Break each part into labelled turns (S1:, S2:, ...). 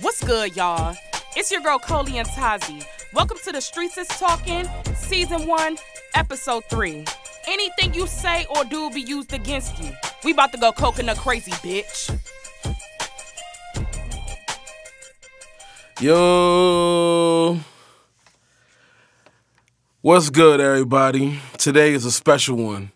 S1: What's good, y'all? It's your girl Coley and Tazi. Welcome to the Streets is Talking, Season 1, Episode 3. Anything you say or do will be used against you. We about to go coconut crazy, bitch.
S2: Yo. What's good, everybody? Today is a special one.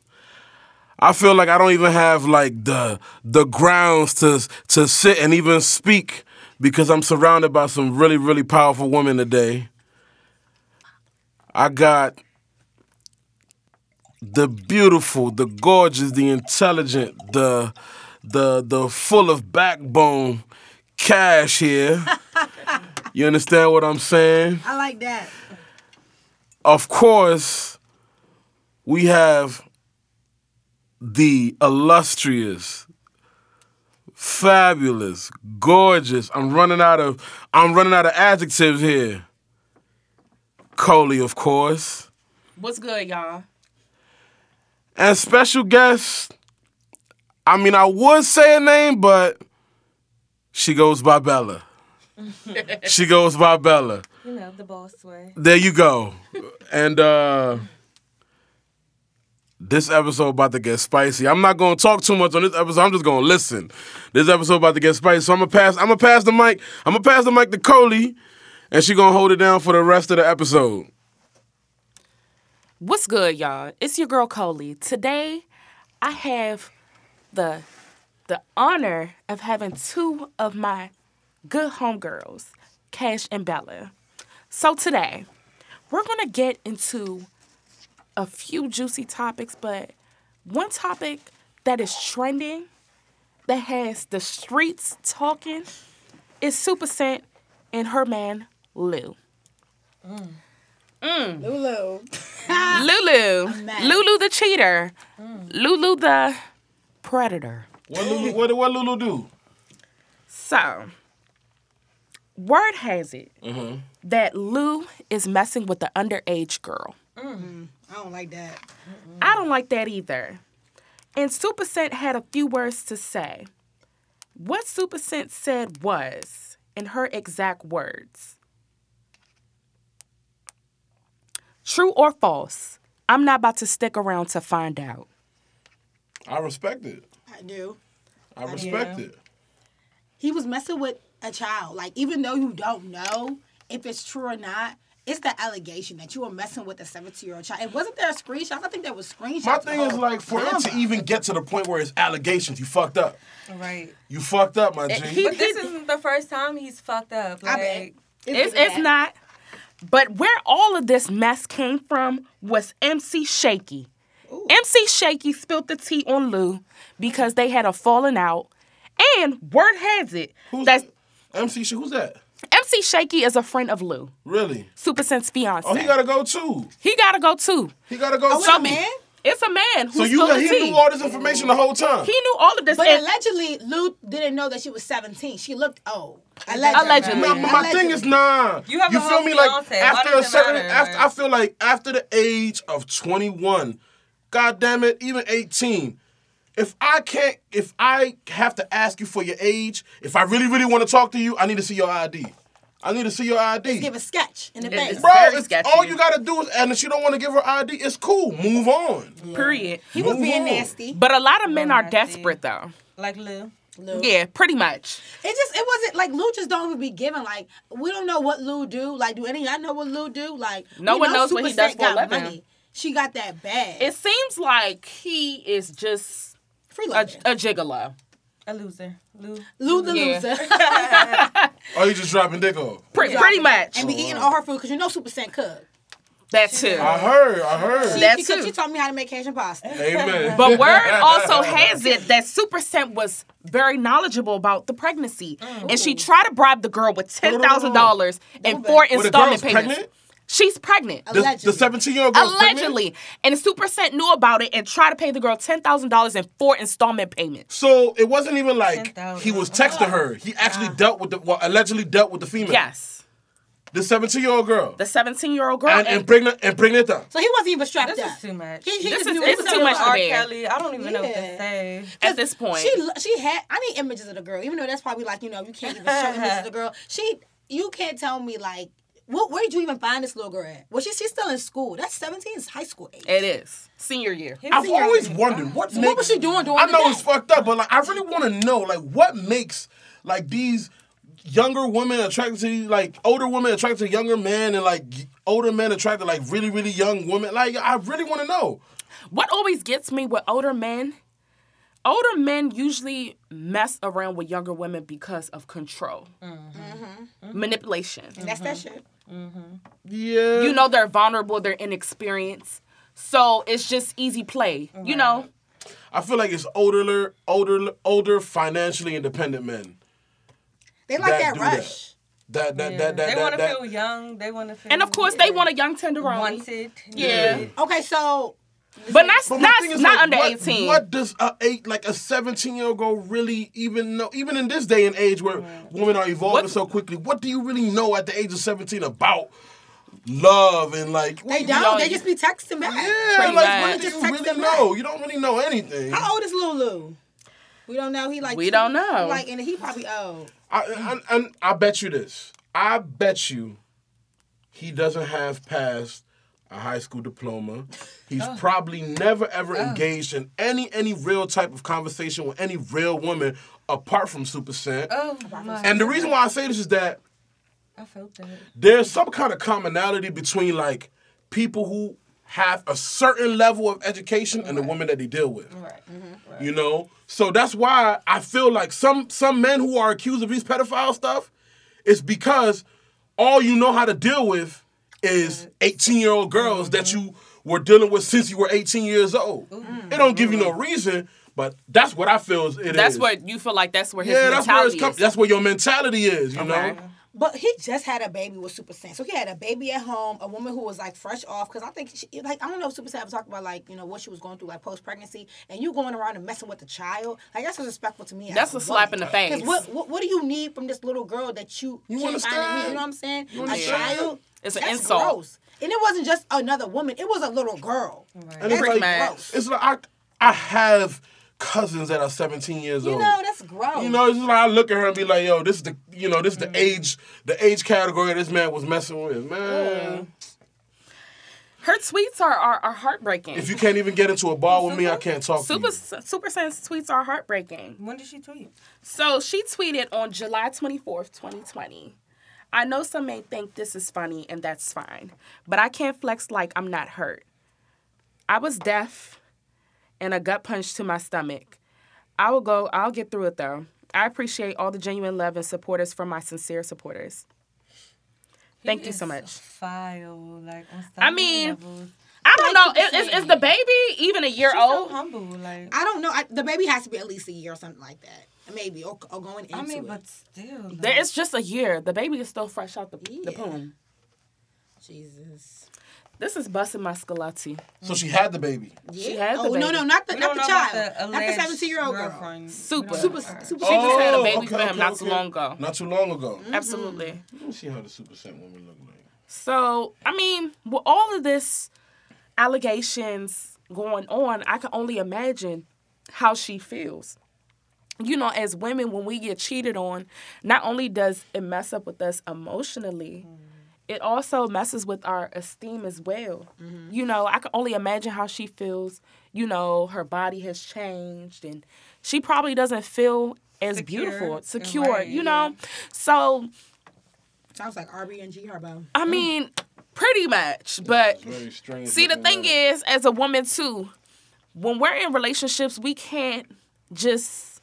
S2: I feel like I don't even have like the the grounds to to sit and even speak because I'm surrounded by some really really powerful women today. I got the beautiful, the gorgeous, the intelligent, the the the full of backbone cash here. You understand what I'm saying?
S3: I like that.
S2: Of course, we have the illustrious, fabulous, gorgeous. I'm running out of I'm running out of adjectives here. Coley, of course.
S1: What's good, y'all?
S2: And special guest, I mean, I would say her name, but she goes by Bella. she goes by Bella.
S3: You know, the boss way.
S2: There you go. And uh this episode about to get spicy. I'm not gonna talk too much on this episode. I'm just gonna listen. This episode about to get spicy. So I'm gonna pass. I'm gonna pass the mic. I'm gonna pass the mic to Coley, and she gonna hold it down for the rest of the episode.
S1: What's good, y'all? It's your girl Coley. Today, I have the the honor of having two of my good homegirls, Cash and Bella. So today, we're gonna get into a few juicy topics, but one topic that is trending, that has the streets talking, is Super Scent and her man Lou.
S3: Lulu.
S1: Lulu.
S3: mad.
S1: Lulu the cheater. Lulu the predator.
S2: What Lulu, what, what Lulu do?
S1: So, word has it that Lou is messing with the underage girl.
S3: I don't like that.
S1: I don't like that either. And Super Scent had a few words to say. What Super Scent said was, in her exact words, true or false, I'm not about to stick around to find out.
S2: I respect it.
S3: I do.
S2: I respect it.
S3: He was messing with a child. Like, even though you don't know if it's true or not, it's the allegation that you were messing with a 17 year old child. And wasn't there a screenshot? I think there was screenshots.
S2: My
S3: of the
S2: thing is
S3: whole
S2: like for it to
S3: drama.
S2: even get to the point where it's allegations, you fucked up.
S4: Right.
S2: You fucked up, my G.
S1: he-
S4: But this isn't the first time he's fucked up.
S3: I
S4: Like,
S3: bet.
S1: It's,
S3: been
S1: it's
S3: bad.
S1: not. But where all of this mess came from was MC Shaky. MC Shaky spilled the tea on Lou because they had a falling out. And word has it
S2: Who's
S1: that
S2: MC? Sh- Who's that?
S1: MC Shaky is a friend of Lou,
S2: Really?
S1: Super Sense fiance.
S2: Oh, he gotta go too.
S1: He gotta go too.
S2: He gotta
S1: Oh,
S2: go.
S3: it's
S2: too.
S3: a man?
S1: It's a man who
S2: So you
S1: spilled the
S2: he
S1: tea.
S2: knew all this information the whole time.
S1: he knew all of this.
S3: But
S1: and-
S3: allegedly, Lou didn't know that she was 17. She looked old. Allegedly.
S1: Allegedly.
S2: Nah, but my thing is nah.
S4: You have a
S2: feel
S4: whole
S2: me? Like
S4: fiancé. Why
S2: after a
S4: does it
S2: certain,
S4: matter?
S2: after, I feel like after the age of twenty one, god damn it, even eighteen. If I can't, if I have to ask you for your age, if I really, really want to talk to you, I need to see your ID. I need to see your ID.
S3: Give a sketch in the
S1: It
S3: face.
S1: is-
S2: Bro,
S1: Very
S2: it's,
S1: sketchy.
S2: all you gotta do is, and if she don't want to give her ID, it's cool. Move on.
S1: period.
S3: He was
S2: Move
S3: being
S2: on.
S3: nasty.
S1: But a lot of
S2: Oh,
S1: men are
S4: nasty.
S1: desperate though.
S4: like Lou.
S3: Lou.
S1: Yeah, pretty much.
S3: It just it wasn't like Lou just don't even be giving like we don't know what Lou do like do any of y'all know what Lou do like
S1: No
S3: we
S1: one
S3: know
S1: knows what he does
S3: Superset
S1: for a living.
S3: She got that bag.
S1: It seems like he is just
S3: free
S1: a,
S3: living.
S1: a gigolo.
S4: A loser. Lou.
S3: Lou the
S1: yeah.
S3: loser
S2: Or Oh, you just dropping dick off.
S1: Pretty, pretty much.
S3: and be eating all her food because you know Super Saiyan cook.
S1: That too.
S2: I heard, I heard.
S3: She,
S1: That
S3: she, cook-
S1: too.
S3: she taught me how to make Cajun pasta.
S2: Amen.
S1: But word also has it that Super Scent was very knowledgeable about the pregnancy, and she tried to bribe the girl with ten thousand dollars in four
S2: Well, the
S1: installment
S2: girl's
S1: payments.
S2: pregnant?
S1: She's pregnant.
S2: The- the
S3: Allegedly.
S2: seventeen year old girl
S1: Allegedly, and Super Scent knew about it and tried to pay the girl ten thousand dollars in four installment payments.
S2: So it wasn't even like
S4: 10,000.
S2: he was texting her. He actually dealt with the well, allegedly dealt with the female.
S1: Yes,
S2: the 17 year old girl
S1: the 17 year old girl.
S2: and and pregnant and pregnant.
S3: So he wasn't even strapped
S4: This
S3: up.
S4: is too much.
S3: He, he
S1: This
S3: just
S1: is-
S3: knew
S1: it's
S3: he was
S1: too
S3: a
S1: much
S3: little-
S1: to
S4: R.
S1: bear.
S4: Kelly. I don't even know what
S3: Yeah.
S4: to say.
S1: at this point.
S3: She lo- she had I need images of the girl, even though that's probably like you know you can't even show images of the girl. She you can't tell me like what where did you even find this little girl at? Well, she she's still in school. That's seventeen, is high school age.
S1: it is senior year.
S2: I've always wondered what
S3: So what was she doing during
S2: I
S3: the
S2: know
S3: day?
S2: it's fucked up, but like I really want to know like what makes like these younger women attracted to these, like older women attracted to younger men and like y- older men attracted to like really really young women. Like I really want to know.
S1: What always gets me with older men, older men usually mess around with younger women because of control, manipulation.
S3: That's that
S1: Mm-hmm.
S3: shit.
S2: Yeah.
S1: You know, they're vulnerable, they're inexperienced. So it's just easy play, you know?
S2: I feel like it's older older older financially independent men
S3: They like
S2: that
S3: that,
S2: do
S3: rush.
S2: that that that that that
S4: They
S2: that,
S4: want to
S2: that-
S4: feel young. They want to feel.
S1: And of course, they want a young tenderoni.
S4: wanted.
S1: Yeah.
S4: needed.
S3: Okay, so
S1: But not,
S2: But my
S1: not,
S2: thing is,
S1: not
S2: like,
S1: under
S2: what,
S1: 18.
S2: What does a eight like a seventeen year old girl really even know? Even in this day and age where women are evolving
S1: What-
S2: so quickly, what do you really know at the age of seventeen about love and like?
S3: they
S2: What,
S3: don't.
S1: know,
S3: they
S1: you-
S3: just be texting back.
S2: yeah,
S1: pretty
S2: like
S1: much.
S2: what do
S3: Just
S2: you
S3: text
S2: really
S3: them
S2: know? You don't really know anything. I,
S3: How old is Lulu? We don't know. He like
S1: We don't know.
S3: Like and he probably old.
S2: I, I, I bet you this. I bet you he doesn't have passed a high school diploma. He's probably never ever engaged in any any real type of conversation with any real woman apart from Super Cent.
S4: Oh my!
S2: And the reason why I say this is that
S4: I felt that.
S2: there's some kind of commonality between like people who have a certain level of education and the women that they deal with.
S4: Right. right.
S2: You know? So that's why I feel like some some men who are accused of these pedophile stuff, it's because all you know how to deal with is 18 year old girls that
S1: Mm-hmm.
S2: you were dealing with since you were 18 years old.
S3: Mm.
S2: It don't give you no reason, but that's what I feel is- it
S1: Mm-hmm. that's
S2: is.
S1: where you feel like that's where his
S2: yeah, that's where
S1: mentality
S2: it's com-
S1: is.
S2: that's where your mentality is, you know?
S1: Okay.
S3: But he just had a baby with Super Saiyan. So he had a baby at home, a woman who was like fresh off. Because I think, she, like, I don't know if Super Saiyan was talking about, like, you know, what she was going through, like post pregnancy, and you going around and messing with the child. Like, that's disrespectful to me. as
S1: That's a slap in
S3: woman.
S1: the face.
S3: 'Cause What, what, what do you need from this little girl that you, you can't
S2: understand?
S3: find in me? You know what I'm saying?
S2: You
S3: a
S2: understand?
S3: child?
S1: It's an
S3: that's
S1: insult.
S3: Gross. And it wasn't just another woman, it was a little girl.
S2: And it's
S3: That's
S2: like,
S1: mad.
S3: gross.
S2: it's like I, I have cousins that are 17 years
S3: You
S2: old.
S3: know, that's gross.
S2: You know, it's just like I look at her and be like, yo, this is the, you know, this is
S1: Mm-hmm.
S2: the age, the age category this man was messing with, man.
S1: Her tweets are, are, are heartbreaking.
S2: If you can't even get into a bar with me, I can't talk
S1: Super,
S2: to you.
S1: Super Saiyans tweets are heartbreaking.
S4: When did she tweet?
S1: So she tweeted on July 24th, 2020. I know some may think this is funny, and that's fine, but I can't flex like I'm not hurt. I was deaf and a gut punch to my stomach. I will go, I'll get through it though. I appreciate all the genuine love and supporters from my sincere supporters. Thank
S4: He
S1: you so
S4: is
S1: much.
S4: File like on so
S1: I
S4: many
S1: mean,
S4: levels.
S1: I don't know,
S4: Like Super
S1: is, is, is
S4: Saiyan.
S1: the baby even a year
S4: She's so
S1: old?
S4: humble. Like
S3: I don't know. I, the baby has to be at least a year or something like that. Maybe, or, or going into
S4: I mean,
S3: it.
S4: but still. Like,
S1: There- It's just a year. The baby is still fresh out the, the
S3: Yeah.
S1: womb.
S3: Jesus.
S1: This is busting my scolati.
S2: So she had the baby.
S1: She had the
S3: oh, No,
S1: baby.
S3: no, not the
S4: we
S3: not
S4: don't
S3: the
S4: know
S3: child,
S4: about
S3: not the
S4: alleged
S3: seventeen-year-old girl.
S4: girlfriend. We
S1: Super.
S4: don't
S3: Super,
S4: know about her.
S3: super.
S1: She just had a
S2: Oh,
S1: baby
S2: okay,
S1: for him
S2: okay,
S1: not too
S2: okay.
S1: long ago. Mm-hmm.
S2: Not too long ago.
S1: Absolutely.
S2: Let me see how the Super Saiyan woman look like.
S1: So, I mean, with all of this allegations going on, I can only imagine how she feels. You know, as women, when we get cheated on, not only does it mess up with us emotionally,
S4: Mm-hmm.
S1: it also messes with our esteem as well.
S4: Mm-hmm.
S1: You know, I can only imagine how she feels. You know, her body has changed and she probably doesn't feel as
S4: Secure.
S1: beautiful,
S4: Right,
S1: secure, you
S4: yeah.
S1: know? So,
S3: Sounds like RB and G Herbo.
S1: I
S4: Mm.
S1: mean, pretty much. But
S2: Very strange.
S1: see, the
S2: looking
S1: thing
S2: woman.
S1: is, as a woman too, when we're in relationships, we can't just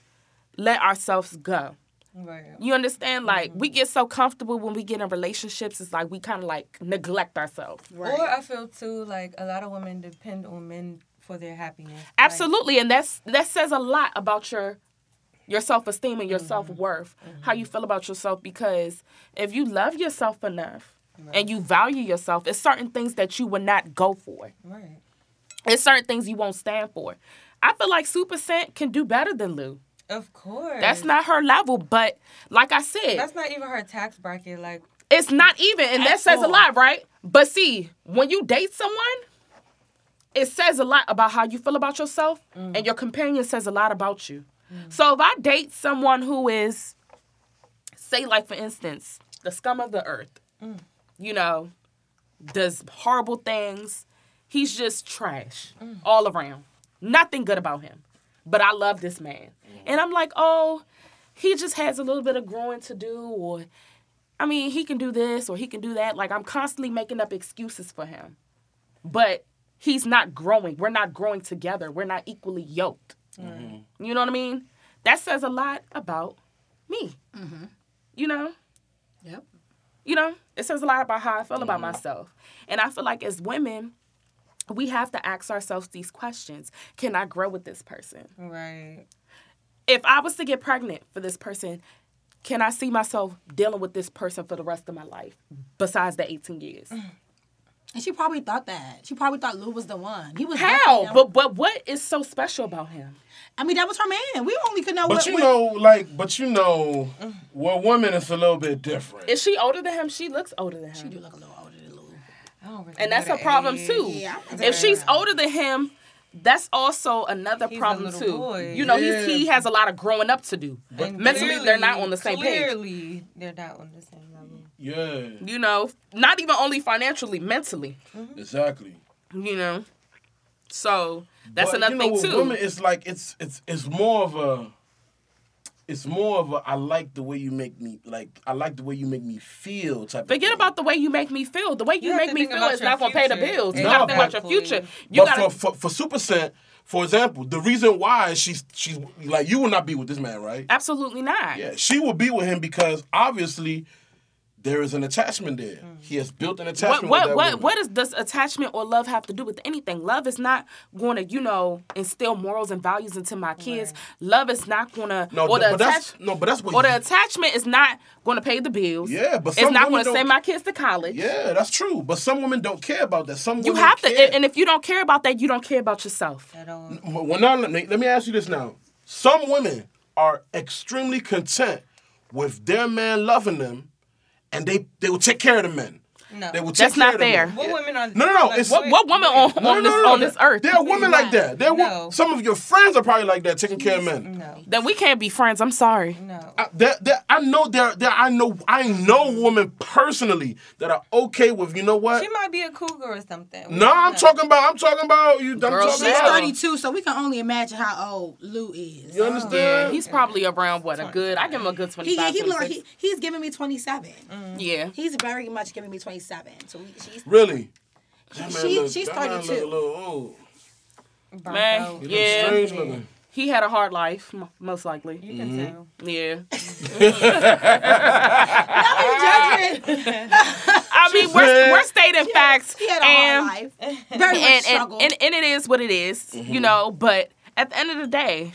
S1: let ourselves go.
S4: Right.
S1: You understand? Like we get so comfortable when we get in relationships, it's like we kind of like neglect ourselves.
S3: Right.
S4: Or I feel too like a lot of women depend on men for their happiness. Like,
S1: Absolutely, and that's that says a lot about your your self esteem and your self worth, how you feel about yourself. Because if you love yourself enough and you value yourself, it's certain things that you would not go for.
S4: right.
S1: It's certain things you won't stand for. I feel like Super Scent can do better than Lou.
S4: Of course.
S1: That's not her level, but like I said,
S4: That's not even her tax bracket. Like
S1: It's not even, and that
S3: At
S1: says a
S3: all.
S1: lot, right? But see, when you date someone, it says a lot about how you feel about yourself,
S3: Mm.
S1: and your companion says a lot about you. So if I date someone who is, say, like for instance, the scum of the earth,
S3: Mm.
S1: you know, does horrible things, he's just trash
S3: Mm.
S1: all around. Nothing good about him. But I love this man.
S3: Mm.
S1: And I'm like, oh, he just has a little bit of growing to do, or I mean, he can do this or he can do that. Like, I'm constantly making up excuses for him. But he's not growing. We're not growing together. We're not equally yoked. You know what I mean? That says a lot about me. You know?
S3: Yep.
S1: you know, it says a lot about how I feel about myself. And I feel like as women, we have to ask ourselves these questions Can I grow with this person?
S4: Right.
S1: If I was to get pregnant for this person, can I see myself dealing with this person for the rest of my life besides the 18 years?
S3: And she probably thought that. She probably thought Lou was the one. He was
S1: How?
S3: definitely-
S1: But, but what is so special about him?
S3: I mean, that was her man. We only could know.
S2: But
S3: what,
S2: you
S3: what-
S2: know, like, but you know,
S1: Mm-hmm.
S2: well, women it's a little bit different.
S1: Is she older than him? She looks older than him.
S3: you do look a little older than Lou.
S4: I don't really
S1: and that's
S4: know
S1: a
S4: the
S1: problem
S4: age.
S1: too.
S3: Yeah, I'm
S1: if she's
S3: concerned.
S1: older than him, that's also another
S4: He's a
S1: problem
S4: little
S1: too.
S4: boy.
S1: You know, he's,
S2: Yeah.
S1: he has a lot of growing up to do.
S4: And
S1: Mentally, they're not on the same
S4: clearly,
S1: page.
S4: Clearly, they're not on the same level.
S2: Yeah,
S1: You know, not even only financially, mentally.
S2: exactly.
S1: You know, so that's
S2: But,
S1: another
S2: you know,
S1: thing
S2: with
S1: too.
S2: Women, it's like it's it's it's more of a. It's more of a I like the way you make me like I like the way you make me feel type. of
S1: Forget
S2: thing.
S1: about the way you make me feel. The way you,
S4: You have
S1: make
S4: to
S1: me
S4: think
S1: feel
S4: about
S1: is
S4: your
S1: not gonna pay the
S4: future.
S1: bills. You
S2: No.
S1: gotta think about your
S4: Exactly.
S1: future. You
S2: but
S1: gotta.
S2: for, for for Super Cent, for example, the reason why she's she's like you will not be with this man, right?
S1: absolutely not.
S2: Yeah, she will be with him because obviously there is an attachment there. He has built an
S1: Mm. What
S2: attachment. with
S1: what
S2: that
S1: what
S2: woman.
S1: what does does attachment or love have to do with anything? Love is not going to you know instill morals and values into my kids. Love is not going to
S2: No,
S1: or the
S2: th- but that's
S1: attach-
S2: no, but that's what.
S1: or the
S2: you-
S1: attachment is not going to pay the bills.
S2: Yeah, but
S1: it's
S2: some
S1: not
S2: women
S1: going to send
S2: don't-
S1: my kids to college.
S2: yeah, that's true. But some women don't care about that. Some
S1: You
S2: women
S1: have to,
S2: care.
S1: and if you don't care about that, you don't care about yourself.
S4: At all.
S2: Well, well, now let me, let me ask you this now. Some women are extremely content with their man loving them, and they they will take care of the men.
S4: No.
S2: they will take
S1: That's
S2: care
S1: not
S2: of the
S1: fair.
S2: men.
S4: What
S2: Yeah.
S4: women are?
S2: No, no, no,
S4: like,
S2: it's-
S1: What, what woman on,
S2: No,
S1: on
S2: no,
S1: this
S2: no, no,
S1: on
S2: no.
S1: this earth?
S2: There are women like that. There are wo-
S4: No.
S2: some of your friends are probably like that, taking care of men.
S4: No,
S1: Then we can't be friends. I'm sorry.
S4: no.
S2: I, there, there, I know there, there. I know. I know women personally that are okay with. You know what?
S4: She might be a cougar or something.
S2: No, I'm
S4: No.
S2: talking about. I'm talking about you. I'm
S1: Girl,
S2: talking
S1: she's
S3: She's
S2: about.
S3: 32, so we can only imagine how old Lou is.
S2: You understand?
S1: Yeah, he's probably around what a good. I give him a good
S3: He,
S1: 25.
S3: he, look like
S1: 26.
S3: he, he's giving me 27.
S1: Mm. yeah.
S3: He's very much giving me 27. So we, she's,
S2: really. That man
S3: She-
S2: look-
S3: she's
S2: that man look
S3: 32.
S2: a little old.
S4: Burnt
S1: Man,
S4: out.
S2: He
S1: yeah.
S2: look Strange looking.
S1: He had a hard life, m- most likely.
S4: You can tell.
S1: Yeah.
S3: I mean, judging.
S1: I mean, we're,
S2: said-
S1: we're stating facts.
S3: He had a
S1: and
S3: hard life. Mm-hmm. Very much
S1: and, and,
S3: struggle.
S1: and, and it is what it is, you know. But at the end of the day,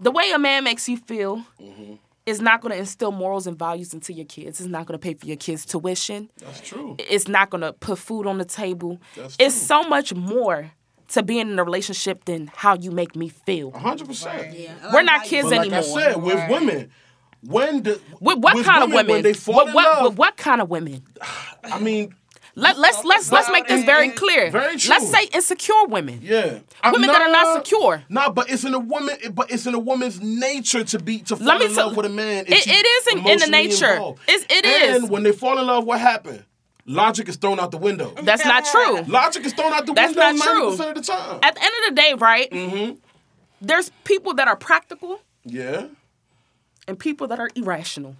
S1: the way a man makes you feel
S3: Mm-hmm.
S1: is not going to instill morals and values into your kids. It's not going to pay for your kids' tuition.
S2: That's true.
S1: It's not going to put food on the table.
S2: That's
S1: it's so
S2: true.
S1: much more to being in a relationship than how you make me feel.
S2: A hundred percent.
S3: Yeah, I
S1: We're
S3: like
S1: not
S3: how you-
S1: kids
S2: But like
S1: anymore.
S2: I said, with women, when the
S1: with what kind of women?
S2: when they fall
S1: With
S2: in
S1: what,
S2: love,
S1: with what kind of women?
S2: I mean,
S1: Let, let's let's let's make this very clear.
S2: Very true.
S1: Let's say insecure women.
S2: yeah, I'm
S1: Women that are not secure.
S2: Nah, but it's in a woman, but it's in a woman's nature to be to fall
S1: Let me
S2: in love
S1: tell-
S2: with a man. if
S1: It-
S2: she's
S1: it is in- in the
S2: emotionally
S1: nature.
S2: Involved.
S1: It's- it
S2: and
S1: is.
S2: when they fall in love, what happened? Logic is thrown out the window.
S1: That's not true.
S2: Logic is thrown out the
S1: That's
S2: window
S1: not true.
S2: percent of the time.
S1: at the end of the day, right?
S2: Mm-hmm.
S1: There's people that are practical
S2: yeah,
S1: and people that are irrational.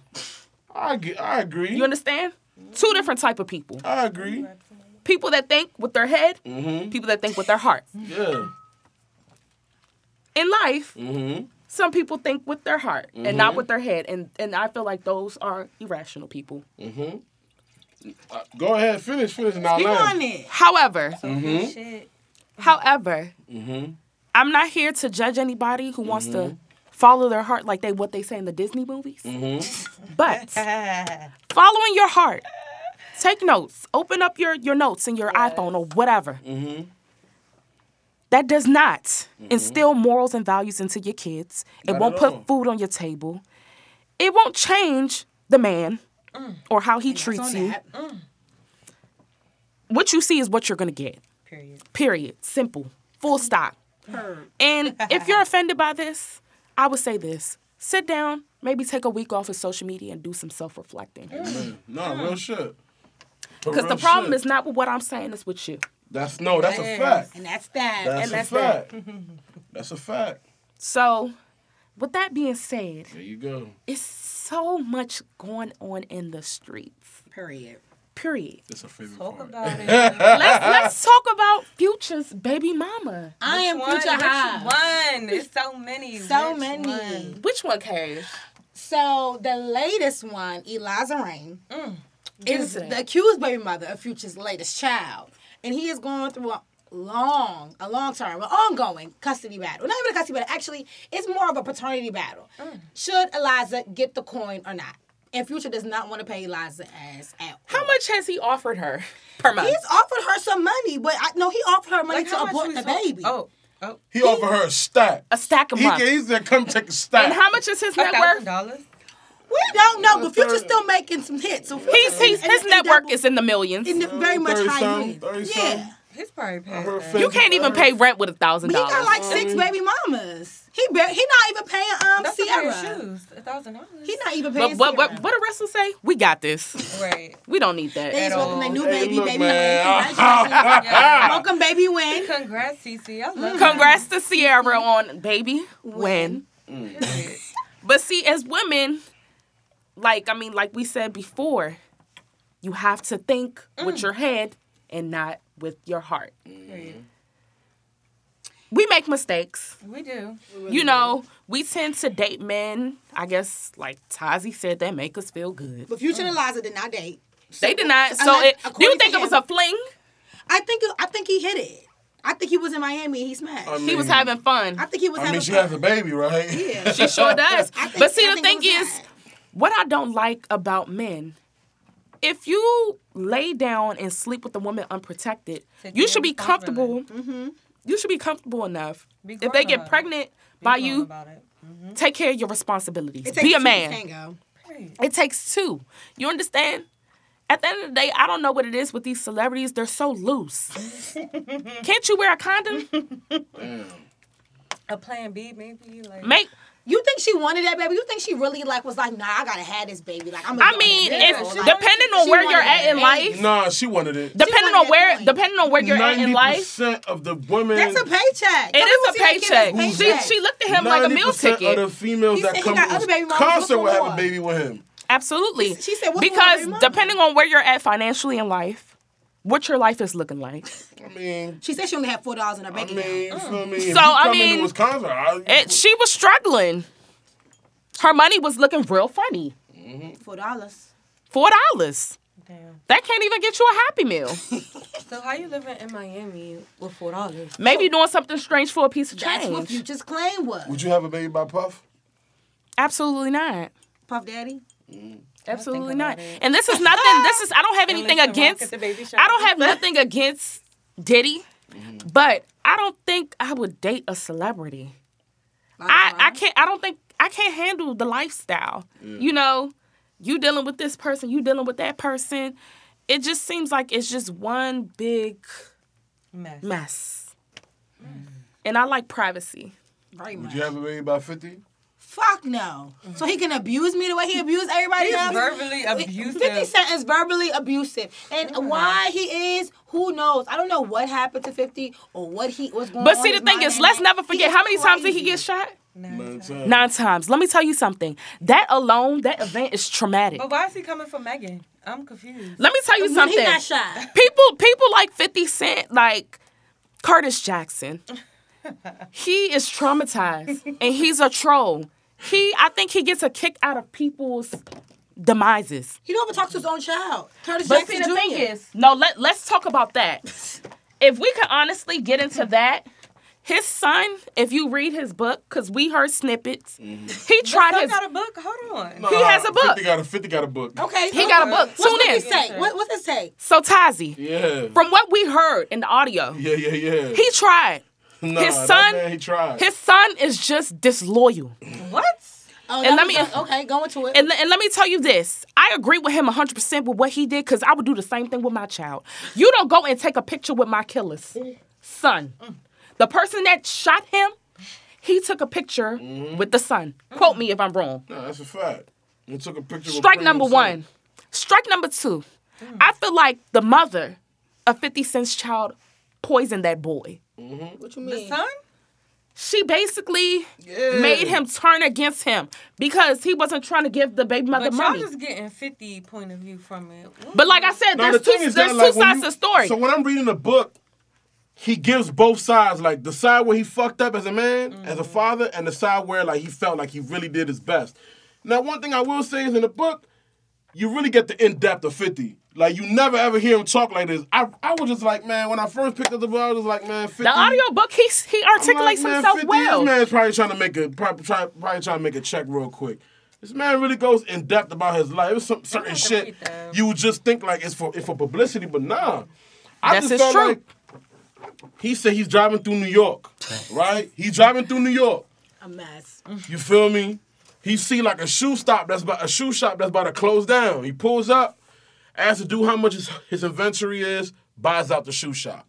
S2: I agree. I agree.
S1: You understand? Two different type of people.
S2: I agree.
S1: People that think with their head,
S2: Mm-hmm.
S1: people that think with their heart.
S2: Yeah. Mm-hmm.
S1: In life, some people think with their heart and not with their head, and and I feel like those are irrational people.
S2: Uh, Go ahead. Finish. Finish. Now,
S3: Be
S2: now.
S3: on it.
S1: However,
S2: Mm-hmm.
S4: Shit.
S1: Mm-hmm. however, I'm not here to judge anybody who wants
S2: Mm-hmm.
S1: to follow their heart like they what they say in the Disney movies.
S2: Mm-hmm.
S1: But
S4: Ah,
S1: following your heart. Take notes. Open up your, your notes in your iPhone or whatever.
S2: Mm-hmm.
S1: That does not instill morals and values into your kids. It
S2: Not
S1: won't
S2: at
S1: put
S2: all.
S1: food on your table. It won't change the man. or how he
S3: Mm. It's
S1: treats
S3: on Mm.
S1: you.
S3: that.
S1: What you see is what you're gonna get.
S4: Period.
S1: Period. Simple. Full stop.
S3: Heard.
S1: And if you're offended by this, I would say this. Sit down, maybe take a week off of social media and do some self reflecting.
S5: No, real shit.
S1: Because the problem is not with what I'm saying, it's with you.
S5: that's no, that's a
S4: Yes.
S5: fact.
S3: And that's that.
S5: That's
S1: and
S5: a
S1: that's
S5: fact. that's a fact.
S1: So, with that being said,
S5: There you go.
S1: it's so much going on in the streets,
S3: period.
S1: period.
S5: That's a favorite
S4: Talk
S5: part.
S4: about it.
S1: Let's, let's talk about Future's baby mama.
S3: I am
S4: One,
S3: future high.
S4: One. There's so many.
S3: So
S4: Which
S3: many.
S4: one?
S1: Which one, Cash?
S3: So the latest one, Eliza Rain,
S1: Mm.
S3: is
S1: Listen.
S3: the accused baby mother of Future's latest child, and he is going through a long, a long term, an ongoing custody battle. Not even a custody battle. Actually, it's more of a paternity battle.
S1: Mm.
S3: Should Eliza get the coin or not? And Future does not want to pay Eliza as out.
S1: How much has he offered her per month?
S3: He's offered her some money, but I, no, he offered her money
S4: Like,
S3: to
S4: how much
S3: abort
S4: we
S3: the
S4: talk-
S3: baby.
S4: Oh, oh.
S5: He offered her a stack.
S1: a stack a
S5: He,
S1: month.
S5: gave- he said, "Come take a stack."
S1: and how much is his net
S4: thousand
S1: worth?
S4: dollars.
S3: We don't know, but Future's
S5: Thirty.
S3: still making some hits. So
S1: He's,
S3: Future-
S1: he's,
S3: and-
S1: his
S3: and
S1: net worth
S3: double-
S1: is in the millions.
S3: in the very much
S5: Thirty
S3: high
S5: something,
S3: end.
S5: thirty
S3: Yeah.
S5: something.
S4: He's probably past
S5: Her
S4: that.
S5: face-
S1: You can't even pay rent with a thousand
S3: But he got
S1: dollars.
S3: like six baby mamas. He bar- he not even paying um
S4: That's a pair of
S3: Sierra.
S4: shoes. A thousand dollars.
S3: He not even paying
S1: But what
S3: Sierra.
S1: what what a wrestler say? We got this.
S4: Right.
S1: We don't need that.
S3: They just
S4: at
S3: welcome their
S4: all.
S3: new
S5: Hey,
S3: baby,
S5: look,
S3: baby
S5: man.
S3: win. Congratulations.
S5: Ah.
S4: Yeah.
S3: welcome baby win.
S4: Congrats, CC. I love
S1: Congrats to Sierra on baby win.
S4: it.
S1: But see, as women, like I mean, like we said before, you have to think
S3: Mm.
S1: with your head and not with your heart.
S4: Period.
S1: We make mistakes.
S4: We do.
S1: You know, we tend to date men, I guess like Tazi said, that make us feel good.
S3: But Future and Eliza did not date.
S1: They did not. So
S3: Unless-
S1: it, do you
S3: according
S1: think
S3: to
S1: it was
S3: him-
S1: a fling?
S3: I think I think he hit it. I think he was in Miami and he smashed.
S5: I mean-
S1: He was having fun.
S3: I think he was
S5: Um, I
S3: having
S5: mean, she
S3: fun.
S5: has a baby, right?
S3: Yeah.
S1: She sure does.
S3: I think-
S1: but see,
S3: I
S1: the thing
S3: think it was
S1: is,
S3: that.
S1: what I don't like about men, if you lay down and sleep with a woman unprotected,
S4: Take
S1: you
S4: your
S1: should be comfortable.
S4: responsibility.
S1: You should be comfortable enough.
S4: Mm-hmm. Be
S1: if
S4: grown
S1: they get
S4: about it.
S1: pregnant
S4: Be
S1: by
S4: grown Mm-hmm.
S1: you,
S4: About it.
S1: take care of your responsibilities.
S3: It takes
S1: Be a
S3: two
S1: man.
S3: to Tango.
S4: Period.
S1: It takes two. You understand? At the end of the day, I don't know what it is with these celebrities. They're so loose. Can't you wear a condom?
S4: A plan B, maybe. Like.
S1: Make.
S3: You think she wanted that baby? You think she really like was like, nah, I gotta have this baby. Like I'm.
S1: I mean,
S4: Yeah,
S1: if,
S4: she
S1: depending on
S3: she
S1: where
S3: wanted
S1: you're at
S3: that
S1: in
S3: baby.
S1: life,
S5: Nah, she wanted it.
S1: depending
S3: wanted
S1: on
S3: that
S1: where,
S3: coin.
S1: depending on where you're at in life,
S5: 90% of the women.
S3: that's a paycheck.
S1: It is a paycheck. She,
S3: She,
S1: she looked at him like a meal
S5: 90%
S1: ticket.
S5: Of the females
S3: He
S5: that
S3: said he
S5: come
S3: got
S5: to
S3: other baby
S5: his
S3: mamas. Look
S5: concert
S3: for
S5: will have
S3: more.
S5: a baby with him.
S1: Absolutely.
S3: She said, "What's wrong with
S1: because
S3: your mama?"
S1: depending on where you're at financially in life, what your life is looking like.
S5: I mean,
S3: she said she only had four dollars in her
S5: I
S3: bank
S5: mean,
S3: account.
S5: you feel me? If you
S1: Mm. So, I
S5: come
S1: mean,
S5: into his concert, I,
S1: It, she was struggling. Her money was looking real funny.
S3: Four dollars.
S1: Four dollars.
S4: Damn.
S1: That can't even get you a happy meal.
S4: So how you living in Miami with four dollars?
S1: Maybe doing something strange for a piece of
S3: That's what
S1: change.
S3: Future's claim was.
S5: would you have a baby by Puff?
S1: Absolutely not.
S3: Puff Daddy.
S1: Absolutely
S4: about
S1: not.
S4: it.
S1: And this is nothing. This is I don't have anything
S4: Unless the rock
S1: against.
S4: at the baby shower.
S1: I don't have nothing against Diddy,
S3: Mm-hmm.
S1: but I don't think I would date a celebrity. I,
S3: Uh-huh.
S1: I can't I don't think I can't handle the lifestyle.
S3: Mm.
S1: You know, you dealing with this person, you dealing with that person. It just seems like it's just one big
S4: Mess.
S1: mess.
S3: Mm.
S1: And I like privacy.
S3: Very
S5: Would
S3: much.
S5: you have a baby by 50?
S3: Fuck no. So he can abuse me the way he abused everybody
S4: He's
S3: else.
S4: verbally abusive.
S3: 50 Cent is verbally abusive. And why he is, who knows? I don't know what happened to 50 or what he was going
S1: But
S3: on
S1: see the
S3: his
S1: thing
S3: mind
S1: is,
S3: oh, that
S1: let's
S3: night.
S1: never
S3: He
S1: forget
S3: is
S1: how many times did he
S3: crazy.
S1: get shot?
S4: Nine times.
S1: Nine times. Let me tell you something. That alone, that event is traumatic.
S4: But why is he coming for Megan? I'm confused.
S1: Let me tell you
S3: When he
S1: something.
S3: got shot.
S1: People people like 50 Cent, like Curtis Jackson. he is traumatized and he's a troll. He I think he gets a kick out of people's demises.
S3: He don't even talk to his own child. Curtis
S1: But
S3: Jackson
S1: see the
S3: Jr.
S1: thing is, no, let let's talk about that. If we could honestly get into that, his son, if you read his book, because we heard snippets, he tried
S4: I
S1: his
S4: got a book. Hold on.
S1: He has a book.
S5: 50 got a, 50 got a book.
S3: Okay.
S1: he got a book.
S3: What's
S1: Tune in.
S3: What's say? What, what's it say?
S1: So Tazi,
S5: Yeah.
S1: from what we heard in the audio,
S5: yeah, yeah, yeah.
S1: he tried.
S5: nah,
S1: his
S5: that
S1: son-
S5: Man, he tried.
S1: His son is just disloyal.
S4: What?
S3: Oh,
S1: and let
S3: that was
S1: me
S3: a- okay, go into it.
S1: and, le- and let me tell you this. I agree with him 100% with what he did because I would do the same thing with my child. You don't go and take a picture with my killer's son. The person that shot him, he took a picture
S4: Mm-hmm.
S1: with the son. Quote me if I'm wrong.
S2: No, that's a fact. You took a picture. of a
S1: Strike
S2: pregnant
S1: number
S2: son.
S1: one. Strike number two.
S4: Mm.
S1: I feel like the mother of 50 Cent's child poisoned that boy.
S3: what you mean?
S4: Son?
S1: She basically
S2: Yeah.
S1: made him turn against him because he wasn't trying to give the baby mother
S4: But y'all
S1: money.
S4: just getting 50 point of view from it. What?
S1: But like I said,
S2: No,
S1: there's
S2: the
S1: two,
S2: thing is
S1: there's
S2: that, like,
S1: two
S2: when
S1: sides
S2: you-
S1: to the story.
S2: So when I'm reading the book, he gives both sides, like the side where he fucked up as a man, as
S1: Mm-hmm.
S2: a father, and the side where like he felt like he really did his best. Now, one thing I will say is in the book, you really get the in depth of Fifty. Like you never ever hear him talk like this. I, I was just like, man, when I first picked up the book, I was just like, man, 50,
S1: the audio book, he, he
S2: I'm like,
S1: articulates
S2: man,
S1: himself
S2: 50,
S1: well.
S2: This man's probably trying to make a probably, try, probably trying to make a check real quick. This man really goes in depth about his life. It's some certain
S4: have to
S2: shit
S4: read them.
S2: you would just think like it's for it's for publicity, but nah. I
S1: That's
S2: just
S1: his
S2: felt
S1: truth.
S2: like he said he's driving through New York, right? He's driving through New York.
S3: A mess.
S2: You feel me? He see like a shoe stop that's about a shoe shop that's about to close down. He pulls up, asks the dude how much his, his inventory is, buys out the shoe shop.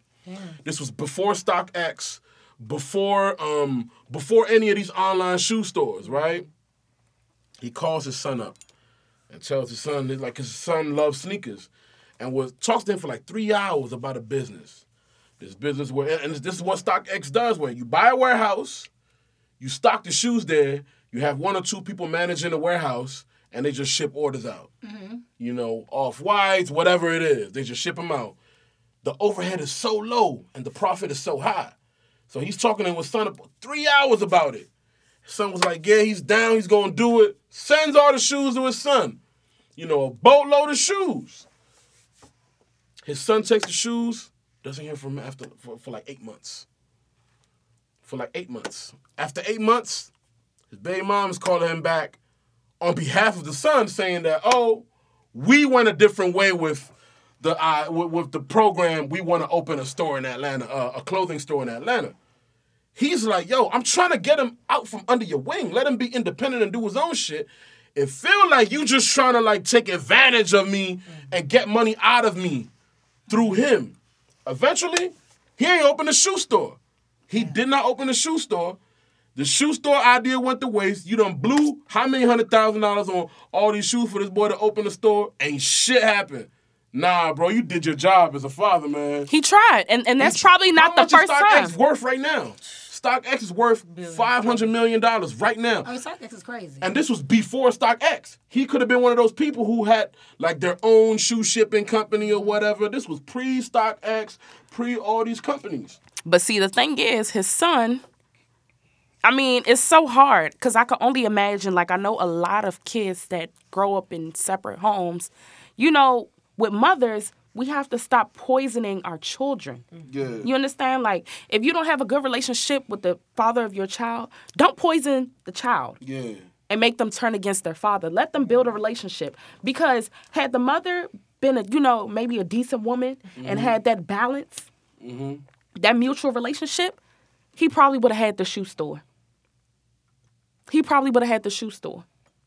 S2: This was before StockX, before um before any of these online shoe stores, right? He calls his son up and tells his son that, like his son loves sneakers, and was talks to him for like three hours about a business. This business where and this is what StockX does, where you buy a warehouse you stock the shoes there. You have one or two people managing the warehouse, and they just ship orders out. You know, off whites, whatever it is, they just ship them out. The overhead is so low, and the profit is so high. So he's talking to his son about three hours about it. His son was like, "Yeah, he's down. He's gonna do it." Sends all the shoes to his son. You know, a boatload of shoes. His son takes the shoes. Doesn't hear from him after for, for like eight months for like eight months. After eight months, his baby mom's calling him back on behalf of the son, saying that, "Oh, we went a different way with the uh, with, with the program. We want to open a store in Atlanta, uh, a clothing store in Atlanta." He's like, "Yo, I'm trying to get him out from under your wing. Let him be independent and do his own shit." It feel like you just trying to like take advantage of me and get money out of me through him. Eventually, he ain't opened a shoe store. He did not open a shoe store. The shoe store idea went to waste. You done blew how many hundred thousand dollars on all these shoes for this boy to open a store, and shit happened. Nah, bro, you did your job as a father, man.
S1: he tried, and, and that's probably not
S2: How
S1: the
S2: much is
S1: first time.
S2: StockX worth right now? StockX is worth five hundred million dollars right now.
S3: I mean, StockX is crazy.
S2: And this was before StockX. He could have been one of those people who had like their own shoe shipping company or whatever. This was pre StockX, pre all these companies.
S1: But see, the thing is, his son. I mean, it's so hard because I can only imagine. Like, I know a lot of kids that grow up in separate homes. You know, with mothers, we have to stop poisoning our children.
S2: Yeah.
S1: You understand? Like, if you don't have a good relationship with the father of your child, don't poison the child.
S2: Yeah.
S1: and make them turn against their father. Let them build a relationship. Because had the mother been a, you know, maybe a decent woman
S4: Mm-hmm.
S1: and had that balance, that mutual relationship, he probably would have had the shoe store. He probably would have had the shoe store.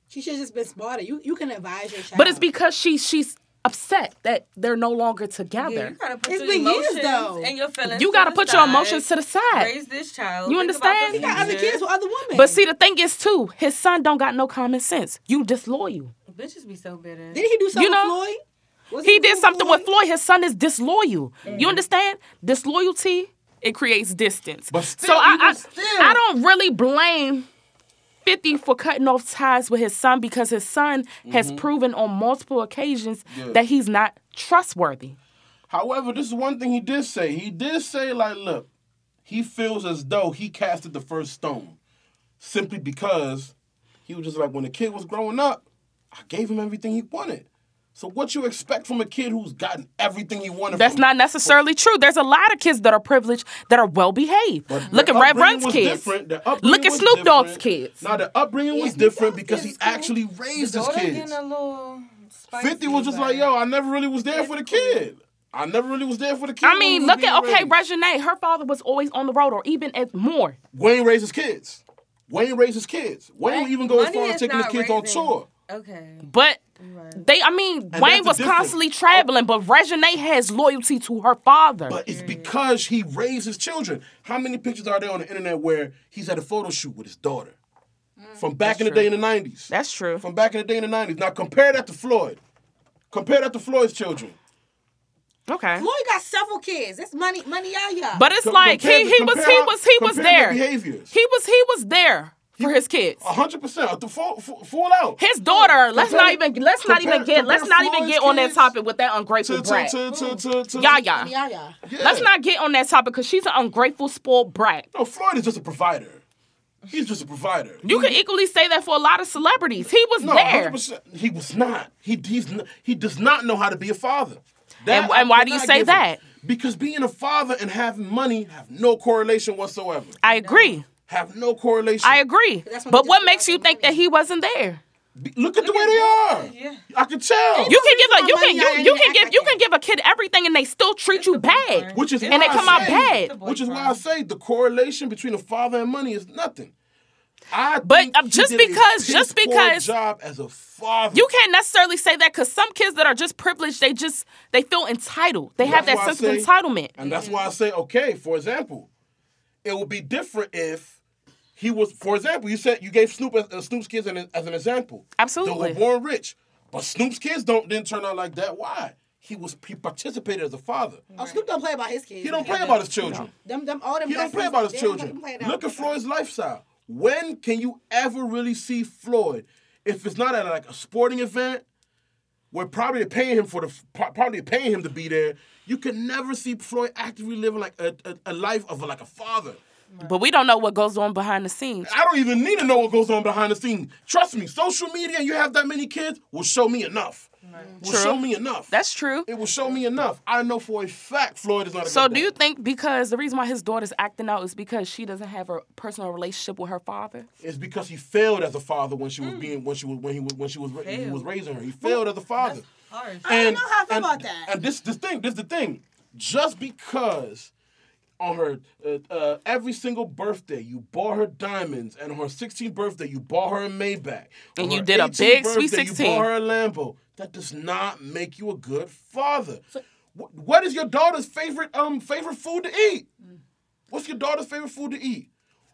S3: she should have just been smarter. You you can advise your child.
S1: But it's because she she's upset that they're no longer
S4: Yeah,
S1: together.
S4: you gotta put
S3: It's
S4: your
S3: been years,
S4: emotions
S3: though.
S4: and your feelings.
S1: You
S4: to
S1: gotta
S4: the
S1: put your
S4: side.
S1: emotions to the side.
S4: Raise this child.
S1: You
S4: Think about the
S1: understand? He
S3: got other
S4: future.
S3: kids with other women.
S1: But see, the thing is too, his son don't got no common sense. You disloyal.
S4: Bitches be so bitter.
S3: did he do something
S1: know,
S3: with Floyd? Was
S1: He did
S3: doing
S1: something with Floyd. His son is disloyal. You understand? Disloyalty it creates distance.
S2: But
S1: so
S2: still,
S1: I,
S2: even
S1: I,
S2: still.
S1: I don't really blame Fifty for cutting off ties with his son because his son has proven on multiple occasions
S2: Mm-hmm. Yeah.
S1: that he's not trustworthy.
S2: However, this is one thing he did say. He did say, like, look, he feels as though he casted the first stone simply because he was just like, when the kid was growing up, I gave him everything he wanted. So what you expect from a kid who's gotten everything he wanted?
S1: That's
S2: from
S1: not necessarily true. There's a lot of kids that are privileged that are well behaved.
S2: But
S1: Look at
S2: their
S1: Red
S2: upbringing
S1: Run's
S2: was
S1: kids.
S2: different. Their
S1: Look
S2: upbringing
S1: at
S2: was
S1: Snoop Dogg's
S2: different.
S1: kids.
S2: Now the upbringing was
S3: Snoop
S2: different
S3: Dogg
S2: because
S3: kid
S2: he
S3: is cool.
S2: actually raised his
S4: Daughter
S2: kids.
S4: getting a little spicy,
S2: Fifty was just
S4: but-
S2: like, yo, I never really was there for the kid. I never really was there for the kid.
S1: I
S2: when he
S1: mean,
S2: was
S1: look
S2: being
S1: at okay,
S2: raised.
S1: Reginae. Her father was always on the road, or even at more.
S2: Wayne raised his kids. Wayne raised his kids. Wayne would even go as
S4: Money
S2: far as
S4: is
S2: taking his
S4: not
S2: kids on
S4: raising-
S2: tour.
S4: Okay.
S1: But they, I mean,
S2: that's
S1: Wayne
S2: the
S1: was
S2: difference.
S1: constantly traveling, but Regine has loyalty to her father.
S2: But
S4: Mm.
S2: it's because he raised his children. How many pictures are there on the internet where he's at a photo shoot with his daughter?
S4: Mm,
S2: From back in the day in the 90s.
S1: That's true.
S2: From back in the day in the 90s. Now compare that to Floyd. Compare that to Floyd's children.
S1: Okay.
S3: Floyd got several kids. That's money, money, y'all, y'all.
S1: But it's
S2: Com-
S1: like he,
S2: compare the-
S1: he was he
S2: compare-
S1: was he was
S2: compare
S1: there.
S2: their behaviors.
S1: He was he was there for his kids.
S2: 100%. The full, full, full out.
S1: His daughter. Let's
S2: Uh, Compare-
S1: not even let's not even
S2: compare-
S1: get let's
S2: compare
S1: not even
S2: Floyd's
S1: get on that
S2: kids
S1: topic with that ungrateful
S2: to,
S1: brat.
S2: to, to, to, to, to,
S1: Yaya.
S3: Y'all, y'all.
S2: Yeah.
S1: Let's not get on that topic because she's an ungrateful, spoiled brat.
S2: No, Floyd is just a provider. He's just a provider.
S1: You can equally say that for a lot of celebrities. He was
S2: Mm-hmm. no,
S1: there.
S2: 100%. He was not. He he's n- he does not know how to be a father.
S1: And-
S2: I
S1: and why do you
S2: cannot
S1: say
S2: give him.
S1: that?
S2: Because being a father and having money have no correlation whatsoever.
S1: I agree.
S2: Have no correlation.
S1: I agree.
S3: That's when
S1: But
S3: they
S1: what
S3: just
S1: makes
S3: got
S1: you
S3: the
S1: think that
S3: money.
S1: he wasn't there?
S2: Be- Look at the way they are.
S4: Yeah.
S2: I can tell.
S1: You can give a you can
S3: why y'all
S1: you, you
S3: ain't
S1: can
S3: act
S1: give
S3: like
S1: you can
S3: that.
S1: give a kid everything and they still treat you bad.
S2: Which is
S1: and
S2: why
S1: they
S2: I
S1: come out
S2: say-
S1: bad.
S2: Which is why I say the correlation between a father and money is nothing. I
S1: But,
S2: think
S1: uh,
S2: he
S1: just
S2: did a
S1: because- just
S2: piss poor
S1: because-
S2: job as a father.
S1: You can't necessarily say that because some kids that are just privileged, they just they feel entitled. They have
S2: That's
S1: that
S2: why I
S1: sense of
S2: say-
S1: entitlement.
S2: And that's why I say, okay, for example, it would be different if he was, for example, you said you gave Snoop as, uh, Snoop's kids an, as an example.
S1: Absolutely.
S2: They were born rich, but Snoop's kids don't didn't turn out like that. Why? He was he participated as a father.
S3: Oh, Snoop don't play about his kids.
S2: He don't play about his children.
S3: Them, them, all them.
S2: He don't play
S3: lessons,
S2: about his
S3: they
S2: children.
S3: don't play that.
S2: Look at Floyd's lifestyle. When can you ever really see Floyd? If it's not at like a sporting event, where probably they're paying him for the pro- probably they're paying him to be there, you can never see Floyd actively living like a, a, a life of like a father.
S1: But we don't know what goes on behind the scenes.
S2: I don't even need to know what goes on behind the scenes. Trust me, social media and you have that many kids will show me enough. Will
S1: True.
S2: show me enough.
S1: That's true.
S2: it will show me enough. I know for a fact Floyd is not a
S1: So
S2: good
S1: do you
S2: dad.
S1: think because the reason why his daughter's acting out is because she doesn't have a personal relationship with her father?
S2: It's because he failed as a father when she was being when she was when he was when she was ra- he was raising her. He failed as a father.
S4: Harsh.
S2: And,
S3: know how I feel
S2: and-
S3: about that.
S2: And this this thing this the thing. Just because on her uh, uh, every single birthday you bought her diamonds, and on her 16th birthday you bought her a Maybach,
S1: And
S2: On
S1: you
S2: her
S1: did a
S2: 18th
S1: big sweet
S2: birthday,
S1: 16.
S2: You bought her a Lambo. That does not make you a good father. Wh- what is your daughter's favorite um favorite food to eat? What's your daughter's favorite food to eat?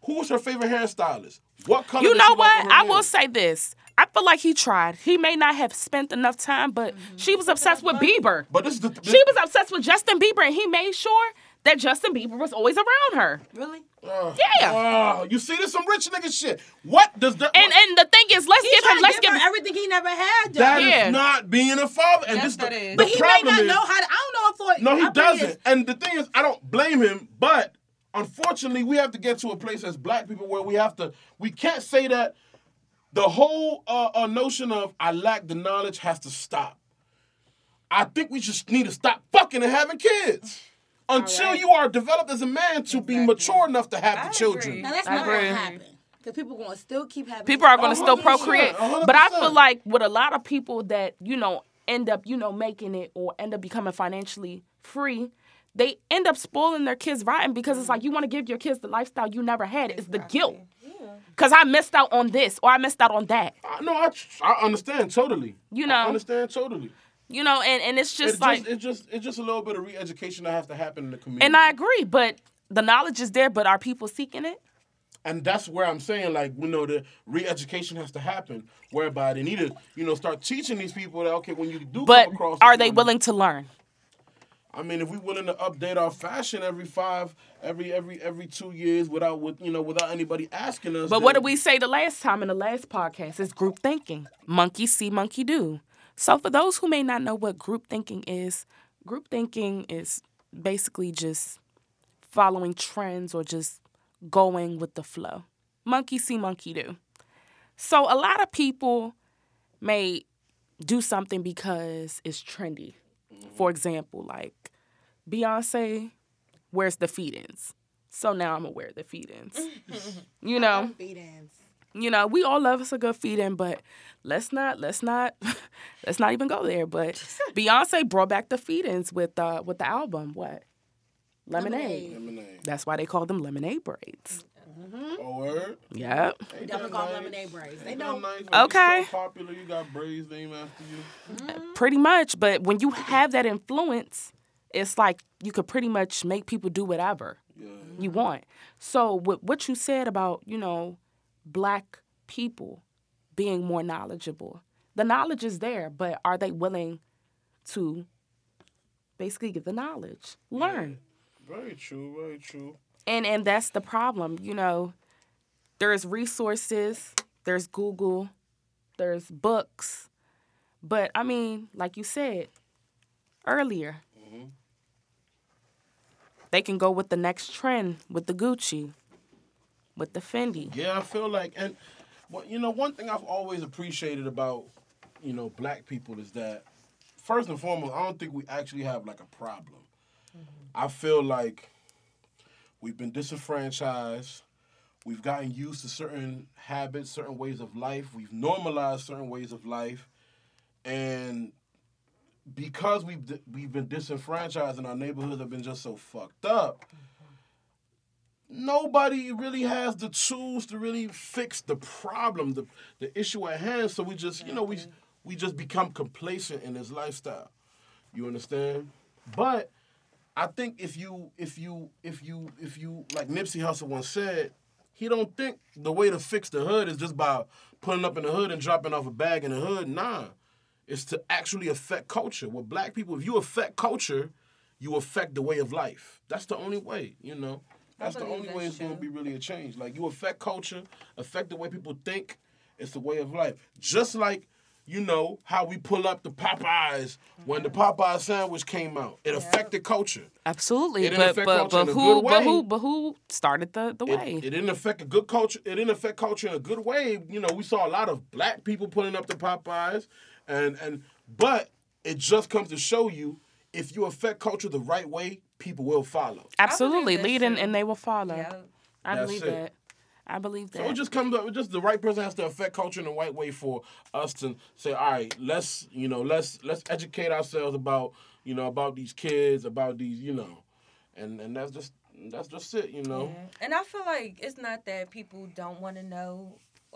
S2: Who is her favorite hairstylist? What color?
S1: You
S2: does she
S1: know
S2: like
S1: what?
S2: on her
S1: I
S2: hair?
S1: will say this. I feel like he tried. He may not have spent enough time, but she was obsessed with Bieber.
S2: But this is the
S1: She was obsessed with Justin Bieber, and he made sure that Justin Bieber was always around her.
S3: Really?
S1: Yeah.
S2: Oh, you see this some rich nigga shit. What does that?
S1: and and the thing is, let's
S3: He
S1: give
S3: tried
S1: him.
S3: to
S1: Let's
S3: give
S1: give.
S3: her everything he never had. though.
S2: That is
S1: Yeah.
S2: not being a father. And
S4: Yes,
S2: this
S4: that
S2: the, the
S4: is. But
S3: he may
S2: problem
S3: not
S2: is,
S3: know how. To, I don't know if Floyd.
S2: No, he
S3: my thing is,
S2: doesn't. And the thing is, I don't blame him, but unfortunately, we have to get to a place as black people where we have to. We can't say that the whole uh, uh, notion of I lack the knowledge has to stop. I think we just need to stop fucking and having kids. Until you are developed as a man to be mature enough to have the
S4: I
S2: children.
S4: agree.
S3: Now that's
S1: I
S3: not gonna
S1: agree.
S3: happen. Because people gonna still keep having.
S1: people are going to still
S2: 100%,
S1: procreate. But I
S2: 100%.
S1: feel like with a lot of people that you know end up you know making it or end up becoming financially free, they end up spoiling their kids rotten because it's like you want to give your kids the lifestyle you never had. It's the guilt. Cause I missed out on this or I missed out on that,
S2: I, no, I, I understand totally.
S1: You
S2: I
S1: know.
S2: understand totally.
S1: you know, and, and it's just
S2: It's
S1: like,
S2: just, it's just, it's just a little bit of re-education that has to happen in the community.
S1: and I agree, but the knowledge is there, but are people seeking it?
S2: and that's where I'm saying, like, you know, the re-education has to happen, whereby they need to, you know, start teaching these people that okay, when you do
S1: But
S2: come across,
S1: are
S2: this
S1: they
S2: woman-
S1: willing to learn?
S2: I mean, if we're willing to update our fashion every five, every every every two years without with you know without anybody asking us.
S1: But what
S2: then-
S1: did we say the last time in the last podcast? It's group thinking. Monkey see, monkey do. So for those who may not know what group thinking is, group thinking is basically just following trends or just going with the flow. Monkey see, monkey do. So a lot of people may do something because it's trendy. For example, like Beyonce wears the feed-ins. So now I'm aware of the feed-ins. you know
S3: Feed-ins.
S1: you know, we all love us a good feed in, but let's not, let's not, let's not even go there. But Beyonce brought back the feed ins with uh with the album, what? Lemonade.
S2: Lemonade.
S1: That's why they call them lemonade braids.
S2: A word.
S1: Yep.
S2: Ain't
S3: Them
S2: that
S3: call
S2: nice?
S3: lemonade braids. They
S2: Ain't
S3: know.
S2: that nice? When
S1: Okay.
S2: You're so popular, you got braids named after you.
S1: Pretty much. But when you have that influence, it's like you could pretty much make people do whatever you want. So with what you said about, you know, black people being more knowledgeable, the knowledge is there, but are they willing to basically get the knowledge? Learn.
S2: Very true. Very true.
S1: and and that's the problem you know there's resources there's google there's books but i mean like you said earlier
S2: Mm-hmm.
S1: they can go with the next trend with the gucci with the fendi
S2: Yeah, I feel like, and well, you know, one thing I've always appreciated about you know black people is that first and foremost, I don't think we actually have like a problem. I feel like we've been disenfranchised. We've gotten used to certain habits, certain ways of life. We've normalized certain ways of life, and because we've d- we've been disenfranchised and our neighborhoods have been just so fucked up, nobody really has the tools to really fix the problem, the the issue at hand. So we just, you know, we we just become complacent in this lifestyle. You understand? But I think if you if you if you if you like Nipsey Hussle once said, he don't think the way to fix the hood is just by pulling up in the hood and dropping off a bag in the hood. Nah. It's to actually affect culture. With black people, if you affect culture, you affect the way of life. That's the only way, you know. That's the
S4: believe
S2: only
S4: that's
S2: way it's gonna
S4: true.
S2: be really a change. Like you affect culture, affect the way people think. It's the way of life. Just like you know how we pull up the Popeyes when the Popeye sandwich came out. It affected culture.
S1: absolutely
S2: It
S1: but
S2: affect
S1: but,
S2: culture
S1: but
S2: in a
S1: who
S2: good
S1: but
S2: way.
S1: who but who started the the way
S2: It, it didn't affect a good culture. It didn't affect culture in a good way. You know, we saw a lot of black people pulling up the Popeyes, and and but it just comes to show you if you affect culture the right way, people will follow.
S1: absolutely
S4: that's
S1: leading
S4: true.
S1: and they will follow
S4: Yeah.
S1: i
S2: That's
S1: believe
S2: it.
S1: that i believe that
S2: So it just comes up. Just the right person has to affect culture in the right way for us to say, all right, let's you know, let's let's educate ourselves about you know about these kids, about these you know, and and that's just that's just it, you know.
S4: Yeah. And I feel like it's not that people don't want to know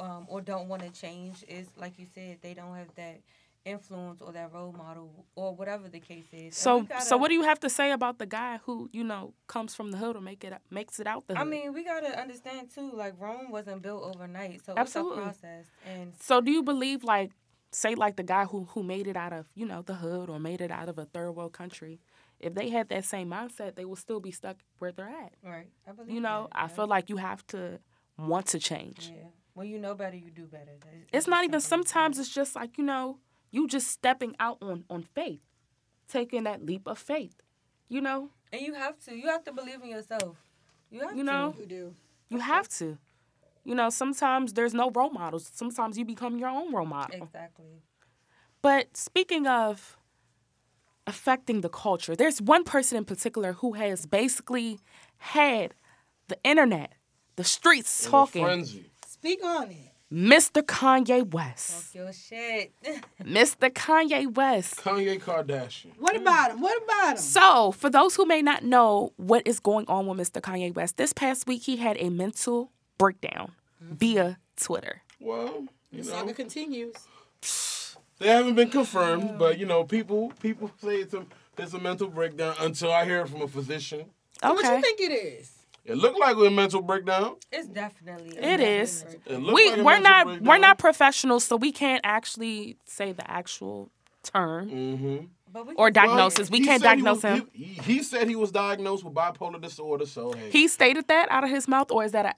S4: um, or don't want to change. It's like you said, they don't have that influence or that role model or whatever the case is. And
S1: So
S4: we gotta-
S1: so what do you have to say about the guy who you know comes from the hood or make it makes it out the hood?
S4: I mean, we gotta understand too. Like Rome wasn't built overnight, so
S1: Absolutely.
S4: it's a process. And
S1: so do you believe like say like the guy who who made it out of you know the hood or made it out of a third world country? If they had that same mindset, they will still be stuck where they're at.
S4: right, I believe.
S1: You know,
S4: that,
S1: I feel like you have to want to change.
S4: Yeah. When you know better, you do better. That-
S1: It's not e-, even
S4: that's something-
S1: sometimes it's just like you know you just stepping out on on faith, taking that leap of faith. You know,
S4: And you have to. You have to believe in yourself. You have
S1: you
S4: to.
S1: know.
S3: You do.
S1: You have to. You know, sometimes there's no role models. Sometimes you become your own role model.
S4: Exactly.
S1: But speaking of affecting the culture, there's one person in particular who has basically had the internet, the streets talking.
S2: Frenzy.
S3: Speak on it.
S1: Mr. Kanye West.
S4: Your shit.
S1: Mr. Kanye West.
S2: Kanye Kardashian.
S3: What
S2: Mm.
S3: about him? What about him?
S1: So, for those who may not know what is going on with Mr. Kanye West, this past week he had a mental breakdown
S3: Mm-hmm.
S1: via Twitter.
S2: Well, you know,
S3: Saga continues.
S2: they haven't been confirmed, but you know, people people say it's a it's a mental breakdown until I hear it from a physician.
S1: Okay.
S3: What you think it is?
S2: It looked like a mental breakdown.
S4: It's definitely.
S1: It is.
S2: It looked
S1: we
S2: like a
S1: we're
S2: mental
S1: not
S2: breakdown.
S1: we're not professionals, so we can't actually say the actual term
S4: But we
S1: or
S4: can-
S1: diagnosis. we
S2: Mm, He
S1: can't
S2: said he
S1: diagnose
S2: was-
S1: him.
S2: He, he said he was diagnosed with bipolar disorder, so hey.
S1: He, stated that out of his mouth, or is that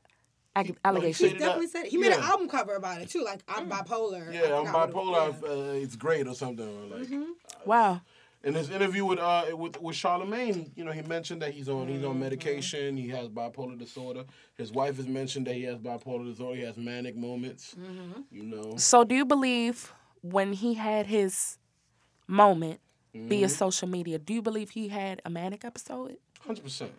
S1: a, a allegation?
S2: He
S3: He
S2: did
S3: definitely
S2: not-
S3: said it. He made an
S2: yeah. Mm.
S3: album cover about it too. Like I'm bipolar. I
S2: yeah, I'm
S3: forgot what it was.
S2: bipolar. Uh, it's great or something. or Like
S1: Mm-hmm. wow.
S2: in his interview with uh with with Charlemagne, you know, he mentioned that he's on he's
S1: Mm-hmm.
S2: on medication. He has bipolar disorder. His wife has mentioned that he has bipolar disorder. He has manic moments.
S1: Mm-hmm.
S2: You know,
S1: So do you believe when he had his moment
S2: Mm-hmm.
S1: via social media, do you believe he had a manic episode?
S2: hundred percent.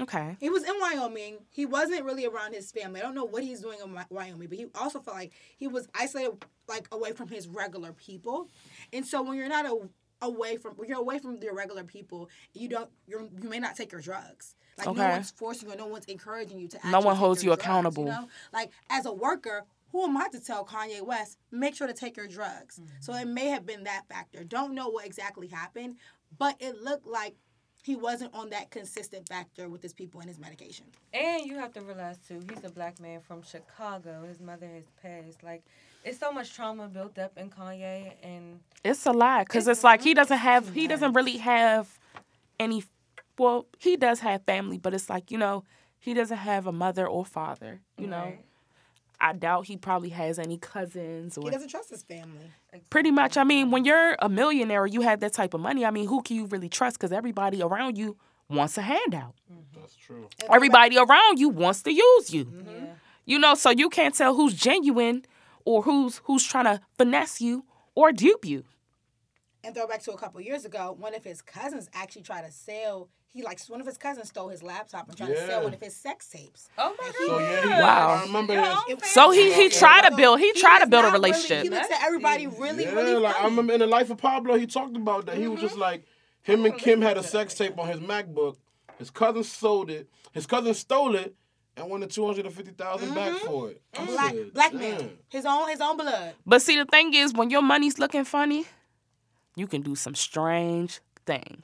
S1: Okay.
S3: He was in Wyoming. He wasn't really around his family. I don't know what he's doing in Wy- Wyoming, but he also felt like he was isolated, like away from his regular people. And so when you're not a away from when you're away from your regular people, you don't you're, you may not take your drugs. Like no
S1: Okay.
S3: one's forcing you, no one's encouraging you to. Actually
S1: one
S3: take
S1: holds
S3: your
S1: you
S3: drugs,
S1: accountable.
S3: know? Like as a worker. Who am I to tell Kanye West, make sure to take your drugs?
S1: Mm-hmm.
S3: So it may have been that factor. Don't know what exactly happened, but it looked like he wasn't on that consistent factor with his people and his medication.
S4: And you have to realize too, he's a black man from Chicago. His mother has passed. Like, it's so much trauma built up in Kanye, and
S1: It's a lot because it's like he doesn't have he doesn't really have any. Well, he does have family, but it's like you know he doesn't have a mother or father. You know,
S4: Right.
S1: I doubt he probably has any cousins
S3: He
S1: or
S3: doesn't trust his family.
S1: pretty much. I mean, when you're a millionaire, you have that type of money. I mean, who can you really trust? Because everybody around you wants a handout.
S2: That's true.
S1: Everybody around you wants to use you.
S3: Mm-hmm.
S4: yeah,
S1: You know, so you can't tell who's genuine or who's who's trying to finesse you or dupe you.
S3: and throw back to a couple years ago, one of his cousins actually tried to sell. He like one of his cousins stole his laptop and tried to
S2: Yeah.
S3: sell one of his sex tapes.
S4: oh my god,
S2: So yeah, he-
S1: Wow.
S2: I remember
S4: Your
S2: that.
S4: own
S3: It-
S1: So he he tried to build he tried to
S3: was
S1: build a
S3: not really-
S1: relationship.
S3: he looked at everybody really,
S2: yeah,
S3: really
S2: like I
S3: funny. Mm-hmm.
S2: remember in the life of Pablo, he talked about that. He was just like, him and Kim had a sex tape on his MacBook. His cousin sold it. His cousin stole it and wanted two hundred and fifty back for it. I
S3: Mm-hmm. black
S2: said,
S3: black
S2: "Damn."
S3: man, his own his own blood.
S1: But see, the thing is, when your money's looking funny, you can do some strange
S3: Mm.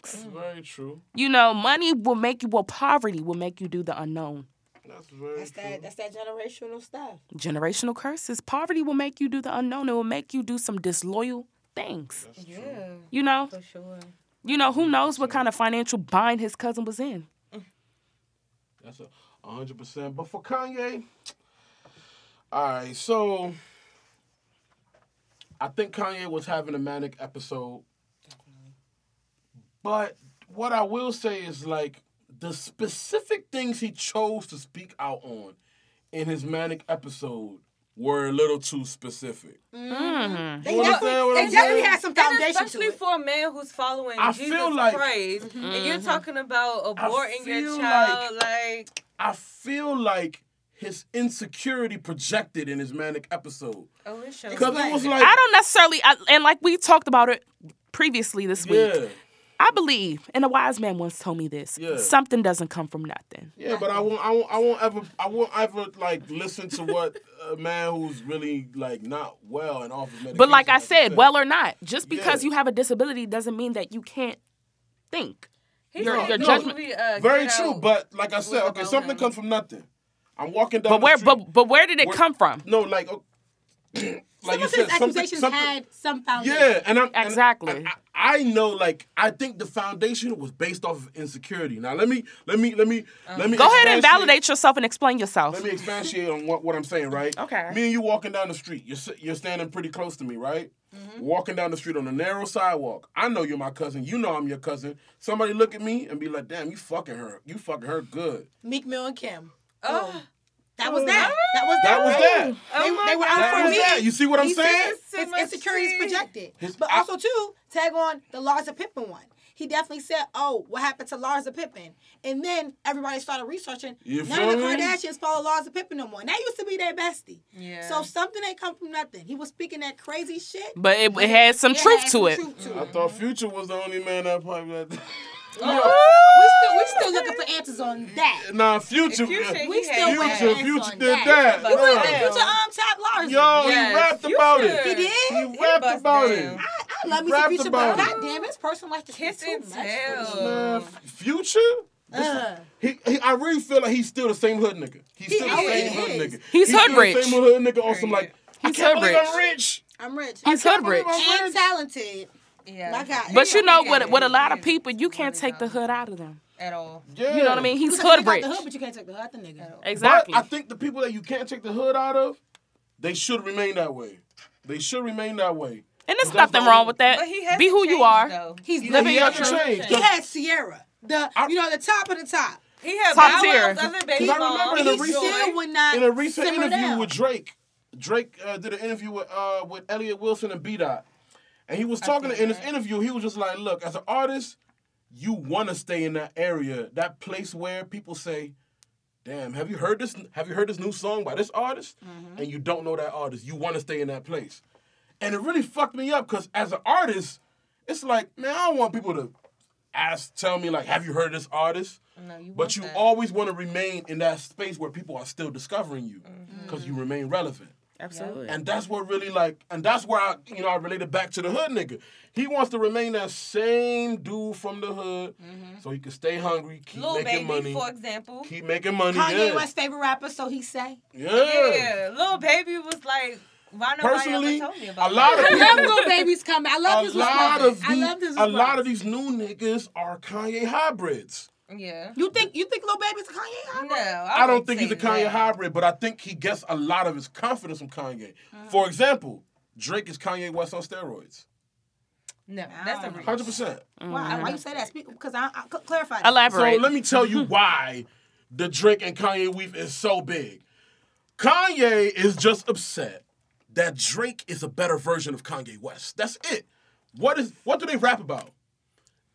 S1: things.
S2: Very true.
S1: You know, money will make you, well, poverty will make you do the unknown.
S2: That's very
S3: That's
S2: true.
S3: that that's that generational stuff.
S1: Generational curses. Poverty will make you do the unknown. It will make you do some disloyal things.
S4: yeah,
S1: You know,
S4: for sure.
S1: you know who knows what kind of financial bind his cousin was in.
S2: That's a hundred percent. But for Kanye, all right. So I think Kanye was having a manic episode. But what I will say is like the specific things he chose to speak out on in his manic episode were a little too specific.
S3: Mm-hmm. They
S2: You understand
S3: definitely,
S2: what
S3: they
S2: I'm
S3: definitely
S2: saying?
S3: had some
S4: And
S3: foundation to
S4: especially
S3: it.
S4: for a man who's following
S2: I
S4: Jesus
S2: feel like-
S4: Christ, and you're
S3: Mm-hmm.
S4: talking about
S2: I
S4: aborting
S2: feel
S4: your child, like,
S2: I feel like his insecurity projected in his manic episode
S4: oh, it's your
S2: because it was like
S1: I don't necessarily, I, and like we talked about it previously this week,
S2: yeah.
S1: I believe, and a wise man once told me this
S2: Yeah.
S1: something doesn't come from nothing.
S2: Yeah, but I won't. I won't. I won't ever. I won't ever like listen to what a man who's really like not well and off his medication.
S1: But like I
S2: has to say.
S1: said, well or not, just because
S2: Yeah.
S1: you have a disability doesn't mean that you can't think.
S4: He
S1: your-
S4: said
S1: your
S4: the
S1: judgment-
S4: movie, uh,
S2: very
S4: Get
S2: true.
S4: Out.
S2: But like I said,
S4: was
S2: okay,
S4: about
S2: something
S4: him.
S2: comes from nothing. I'm walking down.
S1: But
S2: the
S1: where,
S2: street.
S1: but but where did it
S2: Where-
S1: come from?
S2: no, like, oh, like
S3: Some
S2: you
S3: of
S2: said,
S3: his
S2: something,
S3: accusations
S2: something.
S3: had some foundation.
S2: yeah, and I'm and-
S1: Exactly.
S2: and I, I know, like, I think the foundation was based off of insecurity. Now, let me, let me, let me, let me.
S1: Go ahead and
S2: expatiate-
S1: validate yourself and explain yourself.
S2: Let me expatiate on what, what I'm saying, right?
S1: Okay.
S2: Me and you walking down the street. You're si- you're standing pretty close to me, right? Walking down the street on a narrow sidewalk. I know you're my cousin. You know I'm your cousin. Somebody look at me and be like, "Damn, you fucking her. You fucking her good."
S3: Meek Mill and Kim.
S4: Oh,
S3: That was that. That was
S2: That was that.
S3: They,
S4: Oh my
S3: they were
S4: God.
S3: out
S2: That
S3: for
S2: was
S3: me.
S2: that. You see what I'm
S3: He
S2: saying?
S3: says His
S4: much
S3: insecurities
S4: tea.
S3: projected. But also too, tag on the Larsa Pippen one. He definitely said, "Oh, what happened to Larsa Pippen?" And then everybody started researching.
S2: You
S3: None of the
S2: feel me?
S3: Kardashians follow Larsa Pippen no more. And that used to be their bestie.
S4: Yeah.
S3: So something ain't come from nothing. He was speaking that crazy shit.
S1: But it, it had some
S3: It
S1: truth
S3: had
S1: to
S3: some
S1: it.
S3: truth to
S2: I
S3: it.
S2: thought Future was the only man that probably. Like,
S4: oh.
S3: We still, we still looking for answers on that.
S2: nah, Future.
S4: Future,
S2: Future,
S4: he
S3: We still
S4: had
S3: went
S4: that.
S3: for
S2: Future,
S3: answers on
S2: did that.
S3: You went
S2: bruh.
S3: to future um top Larsa.
S2: Yo,
S4: Yes,
S2: he rapped about it.
S4: Future. He
S3: did?
S2: He rapped
S4: bust
S2: about
S4: down.
S2: it.
S3: I, I love me some
S2: Rapped
S3: future,
S2: about
S3: but
S2: it.
S3: goddamn, his personal life just
S4: kiss
S3: is too
S4: and
S3: much. for me.
S4: tell.
S2: Man, Future.
S3: Ugh.
S2: He, he, I really feel like he's still the same hood nigga. He's still the
S3: oh,
S2: same
S3: he
S2: hood
S3: is.
S2: nigga.
S1: He's hood
S2: still the
S1: rich.
S2: Same hood nigga on some like. I
S1: He's
S2: can't
S1: hood
S2: believe
S1: rich.
S2: I'm rich.
S3: I'm rich.
S1: He's hood rich.
S2: I'm
S3: and
S2: rich.
S3: talented.
S4: Yeah.
S3: My God.
S1: But you know what?
S4: Yeah.
S1: With a lot of people, you can't take the hood out of them.
S4: At all.
S2: Yeah.
S1: You know what I mean?
S3: You
S1: He's
S3: can take
S1: hood
S3: out
S1: rich.
S3: The hood, but you can't take the hood out the nigga.
S1: Exactly.
S2: But I think the people that you can't take the hood out of, they should remain that way. They should remain that way.
S1: And there's
S2: that's
S1: nothing
S2: the
S1: wrong
S2: only-
S1: with that.
S4: But he has
S1: Be
S4: to
S1: who you
S4: change,
S1: are.
S4: Though.
S3: He's
S2: He
S3: living.
S2: had
S3: in
S2: to
S3: truth.
S2: change.
S3: He had Sierra. The you know the top of the top.
S4: He had
S1: Top
S4: Bow
S1: tier.
S4: Wow's other baby
S2: Because I remember in
S4: mom.
S2: a
S3: He
S2: recent
S3: still would not
S2: in a recent
S3: simmer
S2: interview
S3: down.
S2: with Drake, Drake uh, did an interview with uh, with Elliot Wilson and B Dot, and he was talking in this interview. He was just like, "Look, as an artist, you want to stay in that area, that place where people say." Damn, have you heard this? Have you heard this new song by this artist?
S3: Mm-hmm.
S2: And you don't know that artist. You want to stay in that place, and it really fucked me up because as an artist, It's like, man, I don't want people to ask, tell me like, have you heard of this artist?
S4: No, you
S2: But
S4: want
S2: you
S4: that.
S2: always want to remain in that space where people are still discovering you
S4: Mm-hmm.
S2: because you remain relevant.
S1: Absolutely.
S2: And that's what really like, and that's where I, you know, I related back to the hood nigga. He wants to remain that same dude from the hood, so he can stay hungry, keep
S4: Mm-hmm. Lil Baby,
S2: making money,
S4: for example.
S2: keep making money.
S3: Kanye
S2: yeah.
S3: West favorite rapper, so he say.
S2: yeah.
S4: yeah, Lil Baby was like, why nobody
S2: Personally,
S4: ever told me about
S2: a lot
S4: that?
S2: of
S3: I
S2: people-
S3: love little babies coming. I love
S2: A
S3: this
S2: lot
S3: response.
S2: of
S3: I love this
S2: these, a
S3: response.
S2: lot of these new niggas are Kanye hybrids.
S4: Yeah.
S3: You think you think little baby's Kanye?
S4: No, I,
S2: I don't
S4: wouldn't
S2: think he's a
S4: say
S2: Kanye
S4: that.
S2: hybrid, but I think he gets a lot of his confidence from Kanye. For example, Drake is Kanye West on steroids.
S4: No, that's a
S3: Wow.
S4: reach.
S2: Hundred percent.
S1: Mm-hmm.
S3: Why? Why you say that? Speak because I, I cl- clarify. That.
S2: So
S1: Elaborate.
S2: let me tell you why the Drake and Kanye beef is so big. Kanye is just upset that Drake is a better version of Kanye West. That's it. What is what do they rap about?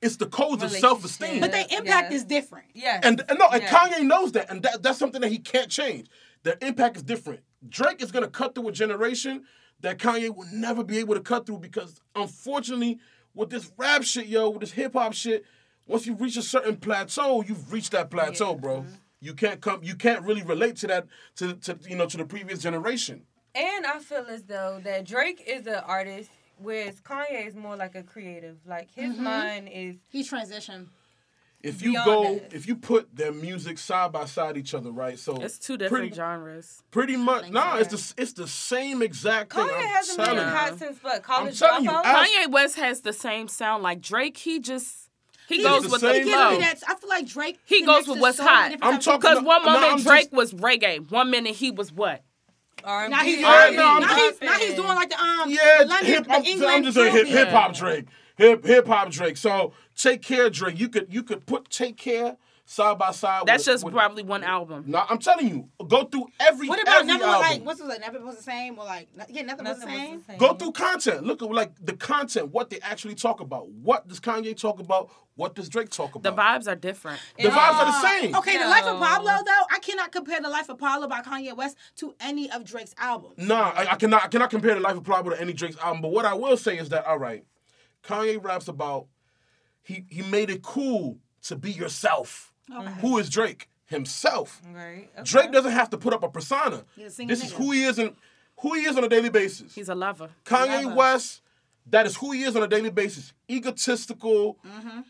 S2: It's the codes of
S4: Relationship.
S2: self-esteem.
S3: But their impact
S4: Yeah.
S3: is different.
S4: Yes.
S2: And, and no, and
S4: Yeah.
S2: Kanye knows that, and that, that's something that he can't change. Their impact is different. Drake is gonna cut through a generation that Kanye will never be able to cut through because, unfortunately, with this rap shit, yo, with this hip hop shit, once you reach a certain plateau, you've reached that plateau, bro.
S4: Mm-hmm.
S2: You can't come. You can't really relate to that to, to you know to the previous generation.
S4: And I feel as though that Drake is an artist, whereas Kanye is more like a creative. Like his
S3: Mm-hmm.
S4: mind is
S3: He transitioned.
S2: If you
S4: Beyond
S2: go,
S4: that.
S2: if you put their music side by side each other, right? So
S1: it's two different
S2: pretty,
S1: genres.
S2: Pretty much, nah. It's the it's the same exact thing.
S4: Kanye
S2: I'm
S4: hasn't
S2: telling
S4: been
S2: you.
S4: hot since but college
S2: telling you,
S4: dropout.
S2: I-
S1: Kanye West has the same sound like Drake. He just he,
S2: the
S1: goes with the
S2: same
S1: flow.
S2: vibe.
S3: Literally, that's. I feel like Drake.
S1: He goes
S3: connects
S1: with
S3: to
S1: what's
S3: so many
S1: hot.
S3: different
S2: I'm
S3: types of
S2: talking
S3: people.
S1: Because one
S2: No, no,
S1: moment
S2: I'm just-
S1: Drake was reggae, one minute he was what?
S4: R&B,
S3: Now he's,
S2: Yeah,
S4: R&B,
S2: no, I'm
S3: now, he's,
S4: poppin'.
S3: now he's doing like the um.
S2: Yeah,
S3: the London,
S2: hip.
S3: the
S2: I'm,
S3: England
S2: I'm just a hip
S3: Caribbean.
S2: hip hop Drake. Hip hip hop Drake. So take care, Drake. You could you could put take care side by side.
S1: That's
S2: with,
S1: just
S2: with,
S1: probably one album.
S2: No, I'm telling you, go through every.
S3: What about
S2: every
S3: never
S2: album.
S3: like what's it like? Never was the same or like no- yeah, nothing, was the
S4: Nothing
S3: same.
S4: was the same.
S2: Go through content. Look at like the content. What they actually talk about. What does Kanye talk about? What does Drake talk
S1: The
S2: about?
S1: vibes are different.
S2: The vibes are the
S3: Uh,
S2: same.
S3: Okay, the life of
S4: No.
S3: Pablo though, I cannot compare the life of Pablo by Kanye West to any of Drake's albums.
S2: Nah, I, I cannot I cannot compare the life of Pablo to any Drake's album. But what I will say is that all right, Kanye raps about he he made it cool to be yourself. Who is Drake? Himself.
S4: Right. okay.
S2: Drake doesn't have to put up a persona.
S3: Mm-hmm. He's a
S2: This
S3: singing
S2: is
S3: nigga.
S2: who he is and who he is on a daily basis.
S1: He's a lover.
S2: Kanye West, that is who he is on a daily basis. Egotistical,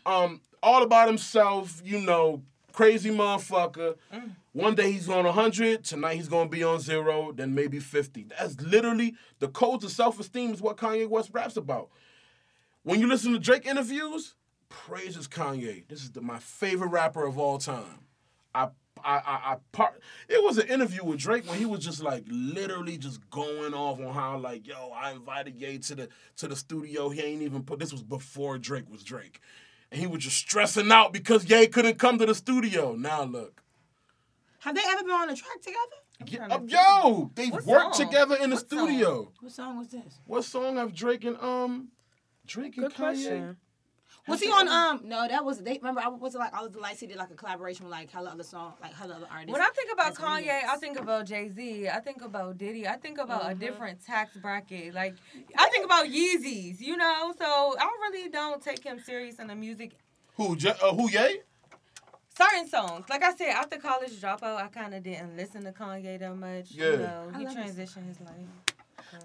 S2: um, all about himself, you know, crazy motherfucker. One day he's on 100, tonight he's going to be on zero, then maybe 50. That's literally the codes of self esteem is what Kanye West raps about. When you listen to Drake interviews, praises Kanye. This is the, my favorite rapper of all time. I I, I, I part. It was an interview with Drake when he was just like literally just going off on how like yo I invited Ye to the to the studio. He ain't even put. This was before Drake was Drake, and he was just stressing out because Ye couldn't come to the studio. Now look,
S3: Have they ever been on a track together?
S2: Ye- up- yo, they
S4: What
S2: worked
S4: song?
S2: together in the
S4: What song?
S2: studio.
S3: What song was this?
S2: What song have Drake and um Drake and
S1: Good
S2: Kanye?
S1: question.
S3: Was he on um? No, that was they. Remember, I was like all of the lights. He did like a collaboration with like hella other song, like hella other artists.
S4: When I think about
S3: That's what he
S4: Kanye,
S3: is. Mm-hmm.
S4: I think about Jay Z. I think about Diddy. I think about a different tax bracket. Like I think about Yeezys. You know, so I really don't take him serious in the music.
S2: Who J- uh, who Ye?
S4: Certain songs, like I said, after college dropout, I kind of didn't listen to Kanye that much.
S2: Yeah.
S4: You know,
S3: I
S4: he
S3: love his-
S4: transitioned his life.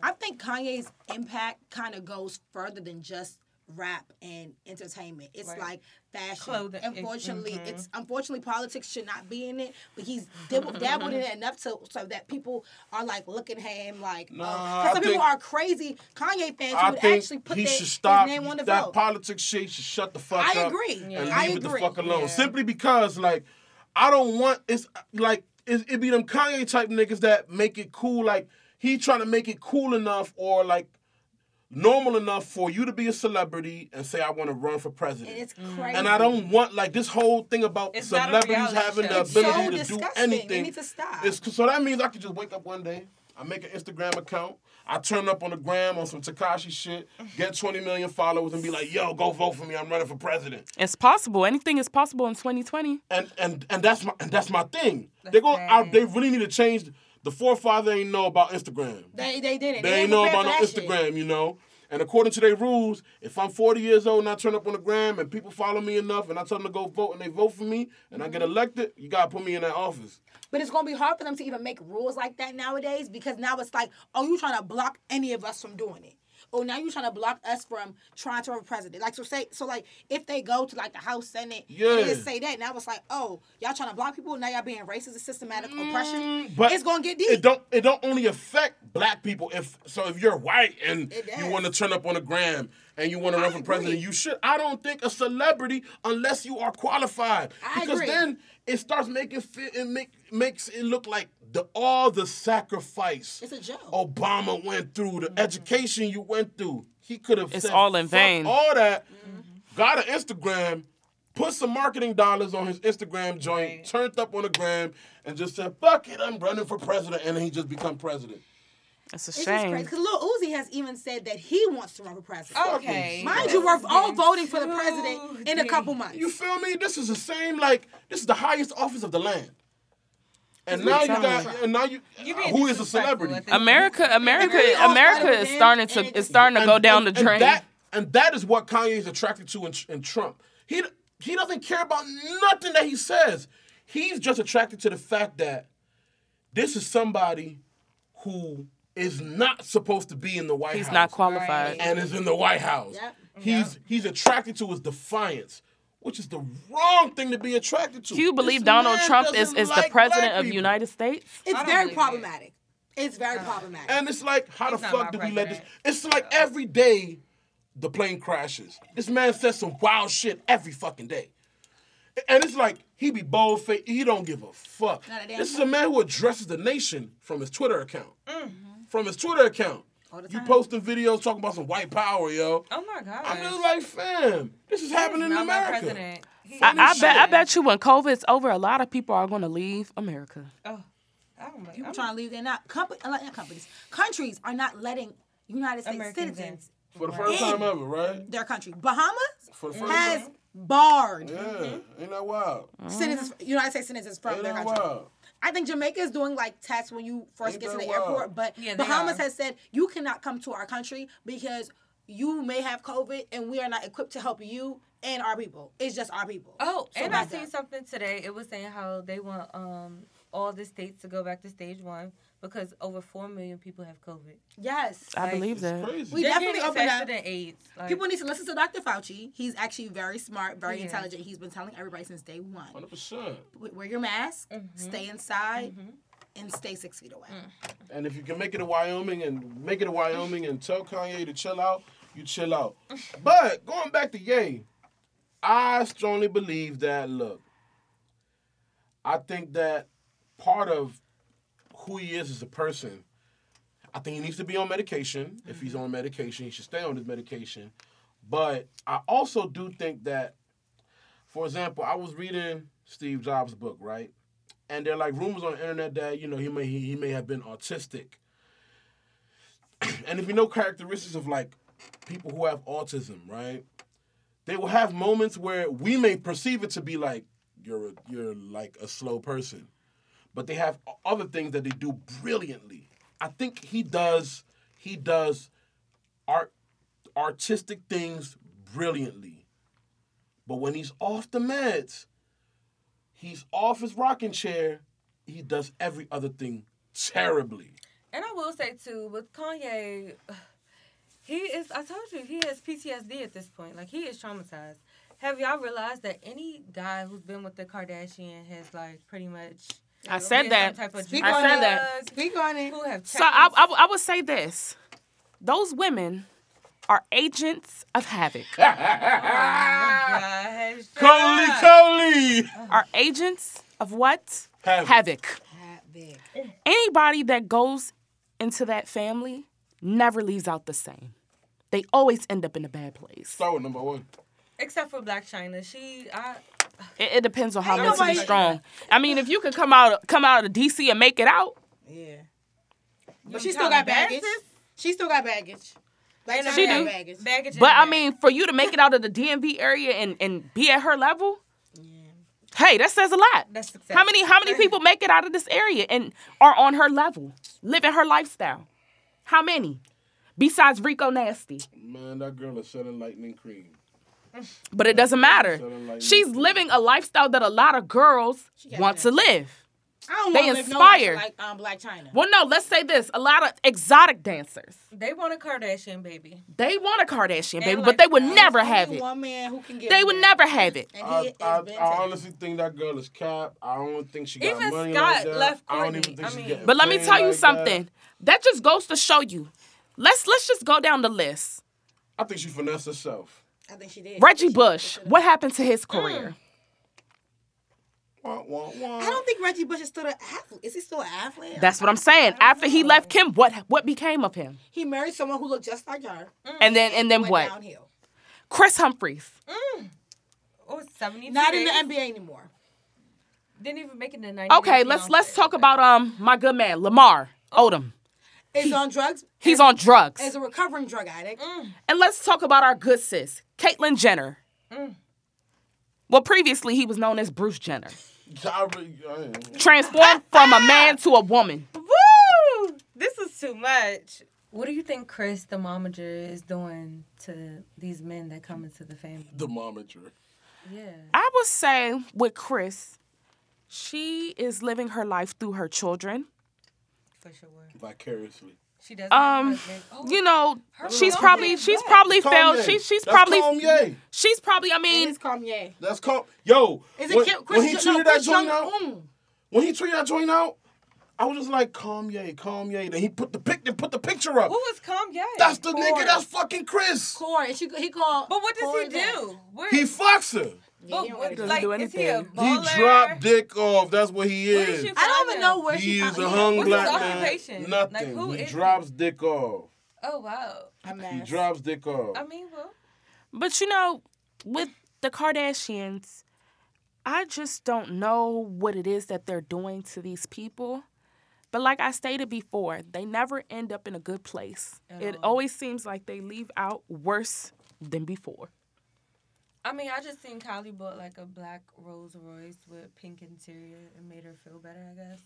S3: I think Kanye's impact kind of goes further than just rap and entertainment. It's
S4: Right.
S3: like fashion.
S4: Clothing, it's-
S3: Unfortunately,
S4: mhm.
S3: it's unfortunately politics should not be in it, but he's dibbled, dabbled in it enough to so that people are like looking at him like because
S2: Nah, I
S3: some people
S2: think-
S3: are crazy Kanye fans
S2: I
S3: who would
S2: think
S3: actually put
S2: he
S3: their,
S2: should stop
S3: his name on the
S2: that
S3: vote.
S2: politics shit. Should shut the fuck
S3: I
S2: up.
S3: agree.
S2: And
S3: Yeah.
S2: leave
S3: I
S2: it the
S3: agree.
S2: fuck alone.
S4: Yeah.
S2: Simply because, like, I don't want it's like it's, it be them Kanye type niggas that make it cool. Like he trying to make it cool enough or like normal enough for you to be a celebrity and say I want to run for president.
S3: and it's
S4: Mm.
S3: crazy.
S2: And I don't want like this whole thing about
S4: It's not a
S2: celebrities
S4: reality
S2: having
S4: show.
S2: the
S4: It's
S2: ability
S3: so
S2: to do
S3: disgusting. They
S2: anything.
S3: need to stop.
S2: It's- so that means I could just wake up one day, I make an Instagram account, I turn up on the gram on some Takashi shit, get 20 million followers, and be like, "Yo, go vote for me. I'm running for president."
S1: It's possible. Anything is possible in 2020.
S2: And and and that's my and that's my thing. They're going. I,
S4: bad.
S2: they really need to change. The forefather ain't know about Instagram.
S3: They they didn't.
S2: They ain't know
S3: prepared
S2: about
S3: for
S2: no
S3: that shit.
S2: Instagram, you know. And according to their rules, if I'm 40 years old and I turn up on the gram and people follow me enough and I tell them to go vote and they vote for me and I get
S3: Mm-hmm.
S2: elected, you gotta put me in that office.
S3: But it's gonna be hard for them to even make rules like that nowadays because now it's like, oh, you trying to block any of us from doing it. Oh, now you're trying to block us from trying to run for president. Like so, say so like if they go to like the House, Senate,
S2: Yeah.
S3: and just say that. Now it's like, oh, y'all trying to block people. Now y'all being racist and systematic oppression. it's gonna get deep.
S2: It don't it don't only affect black people. If so, if you're white and
S3: It does.
S2: you want to turn up on the gram and you want to run for
S3: agree.
S2: president, you should. I don't think a celebrity unless you are qualified.
S3: I
S2: because
S3: agree.
S2: then it starts making fit and make makes it look like the all the sacrifice
S3: It's a joke.
S2: Obama went through, the education you went through. He could have
S1: It's
S2: said,
S1: all in
S2: "Fuck
S1: vain."
S2: All that
S4: Mm-hmm.
S2: got an Instagram, put some marketing dollars on his Instagram joint, turned up on the gram, and just said, fuck it, I'm running for president. And then he just become president.
S1: It's a
S3: It's just crazy
S1: shame.
S3: because Lil Uzi has even said that he wants to run for president.
S2: Oh,
S4: Okay.
S3: Mind you, we're all voting for the president in a couple months.
S2: You feel me? This is the same, like, this is the highest office of the land. And now you got, and now you,
S4: You being
S2: who is a
S4: disrespectful
S2: celebrity?
S4: at this
S1: America, America,
S3: really all
S1: America is
S3: started with
S1: starting
S3: him, and
S1: to
S3: it
S1: is
S3: just-
S1: starting to go
S2: And-
S1: down
S2: and-
S1: the drain.
S2: And that, and that is what Kanye is attracted to in, in Trump. He he doesn't care about nothing that he says. He's just attracted to the fact that this is somebody who is not supposed to be in the White House.
S1: He's not qualified.
S2: And is in the White House.
S3: Yep.
S2: He's he's attracted to his defiance. Which is the wrong thing to be attracted to.
S1: Do you believe
S2: This
S1: Donald
S2: man
S1: Trump is,
S2: doesn't
S1: is the
S2: like
S1: president
S2: black
S1: of the
S2: people.
S1: United States?
S3: it's
S4: don't
S3: very
S4: believe it.
S3: problematic. It's very problematic.
S2: And it's like, how the
S4: not
S2: fuck
S4: my
S2: did we let this?
S4: president.
S2: It's like every day the plane crashes. This man says some wild shit every fucking day. And it's like he be bold faced. He don't give a fuck.
S3: Not a damn
S2: This is a man who addresses the nation from his Twitter account. From his Twitter account, you posting videos talking about some white power, yo.
S4: Oh my god.
S2: I'm just like, fam, this is happening in
S4: Not my
S2: America.
S4: president. He-
S1: I, I bet I bet you when COVID's over, a lot of people are going to leave America.
S4: Oh, I don't like.
S3: People
S4: I'm
S3: trying to leave. They're not company, not companies. Countries are not letting United States
S4: Americans
S3: citizens
S2: For the first time ever, right?
S3: their country. Bahamas
S2: For the first
S3: has
S2: time.
S3: barred
S2: Yeah, ain't that wild?
S4: Uh-huh.
S3: citizens, United States citizens from
S2: Ain't
S3: their
S2: that
S3: country.
S2: wild?
S3: I think Jamaica is doing like tests when you first
S2: Ain't
S3: get to
S2: that
S3: the
S2: wild?
S3: airport, but
S4: Yeah, they
S3: Bahamas
S4: are.
S3: has said you cannot come to our country because you may have COVID and we are not equipped to help you and our people. It's just our people.
S4: Oh,
S3: So
S4: and I
S3: about
S4: seen
S3: that.
S4: something today. It was saying how they want um all the states to go back to stage one because over four million people have COVID.
S3: Yes.
S1: I
S4: Like,
S1: believe that.
S2: Crazy.
S3: We
S4: They're
S3: definitely
S4: getting
S3: opened
S4: faster
S3: up.
S4: than AIDS. Like,
S3: People need to listen to Dr. Fauci. He's actually very smart, very
S4: He is.
S3: intelligent. He's been telling everybody since day one.
S2: 100%.
S3: we- wear your mask, stay inside, and stay six feet away.
S2: And if you can make it to Wyoming and make it to Wyoming and tell Kanye to chill out, you chill out. But going back to Ye, I strongly believe that look, I think that part of who he is as a person, I think he needs to be on medication. If he's on medication, he should stay on his medication. But I also do think that, for example, I was reading Steve Jobs' book, right? and there are like rumors on the internet that you know he may he, he may have been autistic. and if you know characteristics of like people who have autism, right? They will have moments where we may perceive it to be like you're a, you're like a slow person, but they have o- other things that they do brilliantly. I think he does he does art artistic things brilliantly. But when he's off the meds, he's off his rocking chair. He does every other thing terribly.
S4: And I will say too, with Kanye, he is. I told you he has PTSD at this point. Like he is traumatized. Have y'all realized that any guy who's been with the Kardashian has like pretty much?
S1: I said
S4: been
S1: that.
S4: Some type of
S3: Speak
S4: drug,
S1: on it.
S3: Speak on it.
S4: Who have
S1: So I, I,
S4: taken-
S1: I would say this: those women are agents of havoc.
S4: God,
S2: Coley, Coley!
S1: Are agents of what?
S2: Havoc.
S1: Havoc.
S3: That big.
S1: Anybody that goes into that family never leaves out the same. They always end up in a bad place.
S2: Start with number one.
S4: Except for Black China, she. I,
S1: It, it depends on how
S3: Ain't
S1: mentally
S3: nobody-
S1: strong. I mean, if you can come out come out of DC and make it out,
S3: Yeah. But she still got baggage. She still got baggage. Like
S4: And
S3: she
S1: do.
S3: got baggage.
S4: Baggage. in
S1: But I
S4: the
S1: mean, for you to make it out of the DMV area and, and be at her level, hey, that says a lot.
S4: That's success.
S1: how many how many people make it out of this area and are on her level, living her lifestyle? How many? Besides Rico Nasty.
S2: Man, that girl is selling lightning cream.
S1: But it doesn't matter.
S2: Sounded like
S1: She's living a lifestyle that a lot of girls
S3: got
S1: want to live.
S3: I don't
S1: They
S3: want to live no
S1: inspire.
S3: life like um, Black China.
S1: Well, no, let's say this. A lot of exotic dancers,
S4: They want a Kardashian baby.
S1: they want a Kardashian baby,
S4: And
S1: but they would
S4: lifestyle.
S1: never
S3: Only
S1: have it.
S3: One man who can get
S1: They
S3: it,
S1: would
S3: man.
S1: never have it.
S3: And he
S2: I,
S3: is
S2: I,
S3: been
S2: I
S3: taken.
S2: honestly think that girl is cap. I don't think she got
S4: Even
S2: money like
S4: Scott
S2: that.
S4: left
S2: I don't
S4: Kourtney.
S2: even think
S4: I
S2: she
S4: mean-
S2: getting
S1: But let me
S2: paid
S1: tell you
S2: like that.
S1: something. That. just goes to show you. Let's let's just go down the list.
S2: I think she finessed herself.
S3: I think she did.
S1: Reggie Bush. What happened to his career?
S2: Wah, wah, wah.
S3: I don't think Reggie Bush is still an athlete. Is he still an athlete?
S1: That's what I'm saying. After he left Kim, what what became of him?
S3: he married someone who looked just like her.
S1: And then and then
S3: Went
S1: what?
S3: downhill.
S1: Chris Humphreys.
S4: Oh, 70
S3: Not in the NBA anymore.
S4: Didn't even make it in the 90s.
S1: Okay, let's let's talk about um my good man Lamar Odom.
S3: Is on drugs.
S1: He's on drugs.
S3: Is a recovering drug addict.
S1: And let's talk about our good sis, Caitlyn Jenner. Well, previously he was known as Bruce Jenner.
S2: I really- I ain't-
S1: Transformed from a man to a woman.
S4: Woo! This is too much. What do you think Chris the momager is doing to these men that come into the family?
S2: Thermometer.
S4: Yeah.
S1: I would say with Chris, she is living her life through her children.
S4: For sure.
S2: Vicariously.
S4: She doesn't
S1: Um,
S4: have a husband. oh,
S1: You know, she's
S4: mom
S1: probably
S4: is
S1: she's
S4: black.
S1: probably failed.
S2: Kanye.
S1: She, she's
S2: That's
S1: probably
S2: Kanye.
S1: she's probably. I
S3: It
S1: mean,
S3: is Kanye.
S2: That's called yo.
S3: Is it
S2: when,
S3: Kim-
S2: when he
S3: Chris-
S2: tweeted
S3: no,
S2: that
S3: Chris
S2: joint
S3: Young-
S2: out?
S3: mm.
S2: When he tweeted that joint out, I was just like, Kanye, Kanye. Then he put the pic, then put the picture up.
S4: Who is Kanye?
S2: that's the
S3: Corey.
S2: nigga. That's fucking Chris.
S3: Core. And she, he called.
S4: But what does
S3: Corey
S4: he
S3: back.
S4: do? Where,
S2: He fucks her.
S4: but
S3: he don't
S4: what-
S3: really
S4: like,
S1: do
S4: Is he a
S1: anything.
S2: He
S4: baller?
S2: dropped dick off. That's what he
S4: Where is
S2: is.
S4: she
S3: I don't
S4: from
S3: even
S4: now?
S3: know where
S2: He
S3: she.
S2: is
S3: I-
S2: a hung
S4: What's his
S2: black man.
S4: occupation?
S2: Nothing.
S4: Like, who
S2: he
S4: is he?
S2: drops dick off.
S4: Oh, wow.
S3: a
S2: He
S3: mess.
S2: drops dick off.
S4: I mean, well,
S1: But you know, with the Kardashians, I just don't know what it is that they're doing to these people. But like I stated before, they never end up in a good place. it always seems like they leave out worse than before.
S4: I mean, I just seen Kylie bought like a black Rolls Royce with pink interior and made her feel better, I guess.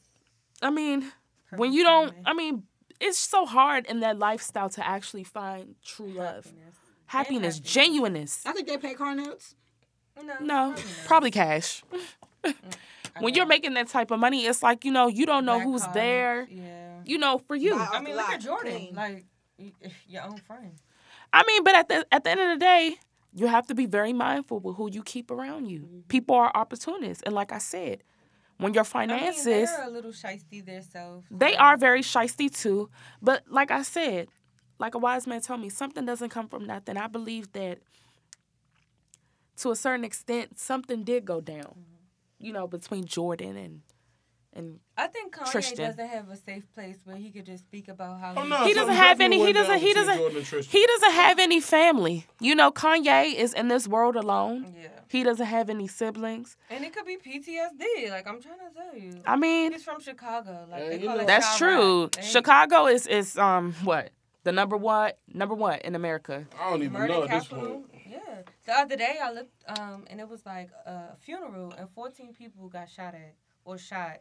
S1: I mean, when you don't, I mean, it's so hard in that lifestyle to actually find true love, happiness, genuineness.
S3: I think they pay car notes.
S4: No.
S1: No, probably cash. when you're making that type of money, it's like, you know, you don't know
S4: Black
S1: who's
S4: college,
S1: there,
S4: Yeah.
S1: you know, for you.
S3: Buy
S4: I mean, look
S3: Black,
S4: at Jordan.
S3: clean.
S4: Like, y- your own friend.
S1: I mean, but at the at the end of the day, you have to be very mindful with who you keep around you. People are opportunists, and like I said, when your
S4: Mm-hmm. I mean,
S1: finances,
S4: they're a little shisty themselves.
S1: they are very shisty too. But like I said, like a wise man told me, something doesn't come from nothing. I believe that to a certain extent, something did go down.
S4: Mm-hmm.
S1: You know, between Jordan and and
S4: I think Kanye
S1: Tristan.
S4: doesn't have a safe place where he could just speak about how.
S2: Oh,
S4: he-
S2: no.
S1: he
S2: So
S1: doesn't
S2: it
S1: have
S2: definitely
S1: any. He
S2: went down
S1: doesn't. He
S2: between Jordan
S1: doesn't.
S2: and Tristan.
S1: He doesn't have any family. You know, Kanye is in this world alone.
S4: Yeah.
S1: He doesn't have any siblings.
S4: And it could be PTSD. Like I'm trying to tell you.
S1: I mean,
S4: He's from Chicago. Like
S2: Yeah,
S4: they
S2: you
S4: call
S2: know-
S4: it
S1: that's
S4: Chi-Rock.
S1: true.
S4: They-
S1: Chicago is is um what the number one number one in America.
S2: I don't even know
S4: Murder
S2: at this
S4: capital.
S2: point.
S4: Yeah. The other day I looked, um, and it was like a funeral, and 14 people got shot at or shot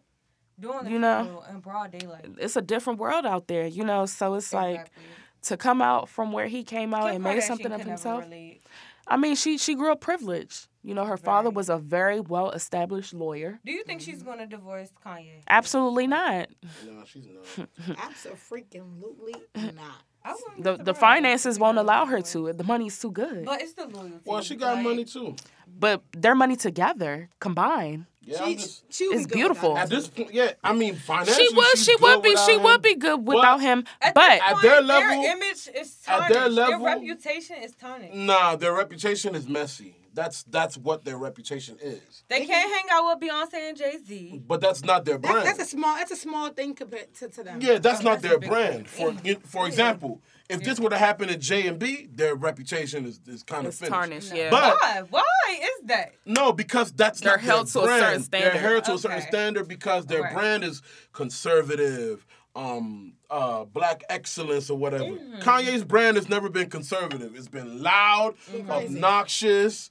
S4: during the
S1: You know.
S4: funeral in broad daylight.
S1: It's a different world out there, you know. So it's like
S4: Exactly.
S1: to come out from where he came out
S4: Kim
S1: and made
S4: Kardashian
S1: something of
S4: could never
S1: himself.
S4: relate.
S1: I mean, she she grew up privileged. You know, her father was a very well established lawyer.
S4: Do you think she's gonna divorce Kanye?
S1: Absolutely not.
S2: No, she's not.
S3: Absolutely not.
S4: I wouldn't be
S1: The the
S4: surprised.
S1: finances won't allow her to. The money's too good.
S4: But it's the loyalty.
S2: Well, she got
S4: like,
S2: money too.
S1: But their money together combined.
S2: Yeah,
S3: She,
S2: I'm just,
S3: she would be
S1: It's
S3: good
S1: beautiful.
S2: at
S3: without
S2: this point, yeah. I mean, financially,
S1: She would
S2: she's
S1: she
S2: good
S1: would be she
S2: without
S1: would
S2: him.
S1: be good without him. But
S2: At their level-
S4: their image is
S2: at
S4: tarnished.
S2: their
S4: Their,
S2: level- Mm.
S4: reputation is tarnished.
S2: Nah, their reputation is messy. That's that's what their reputation is.
S4: They can't hang out with Beyonce and Jay Z.
S2: But that's not their
S3: that.
S2: brand.
S3: That's, that's a small. That's a small thing compared to, to them.
S2: yeah, that's not
S4: that's a
S2: their
S4: big
S2: brand. For you- for example, if this would have happened to J and B, their reputation is, is kind of
S1: it's
S2: finished.
S1: tarnished, yeah.
S2: But
S4: Why? Why is that?
S2: No, because that's
S1: They're
S2: not
S1: held to
S2: their
S1: a certain
S2: brand.
S1: standard.
S2: They're held to a certain
S4: Okay.
S2: standard because their
S4: Right.
S2: brand is conservative, um, uh, black excellence or whatever.
S4: Mm.
S2: Kanye's brand has never been conservative. It's been loud,
S4: Mm.
S2: obnoxious.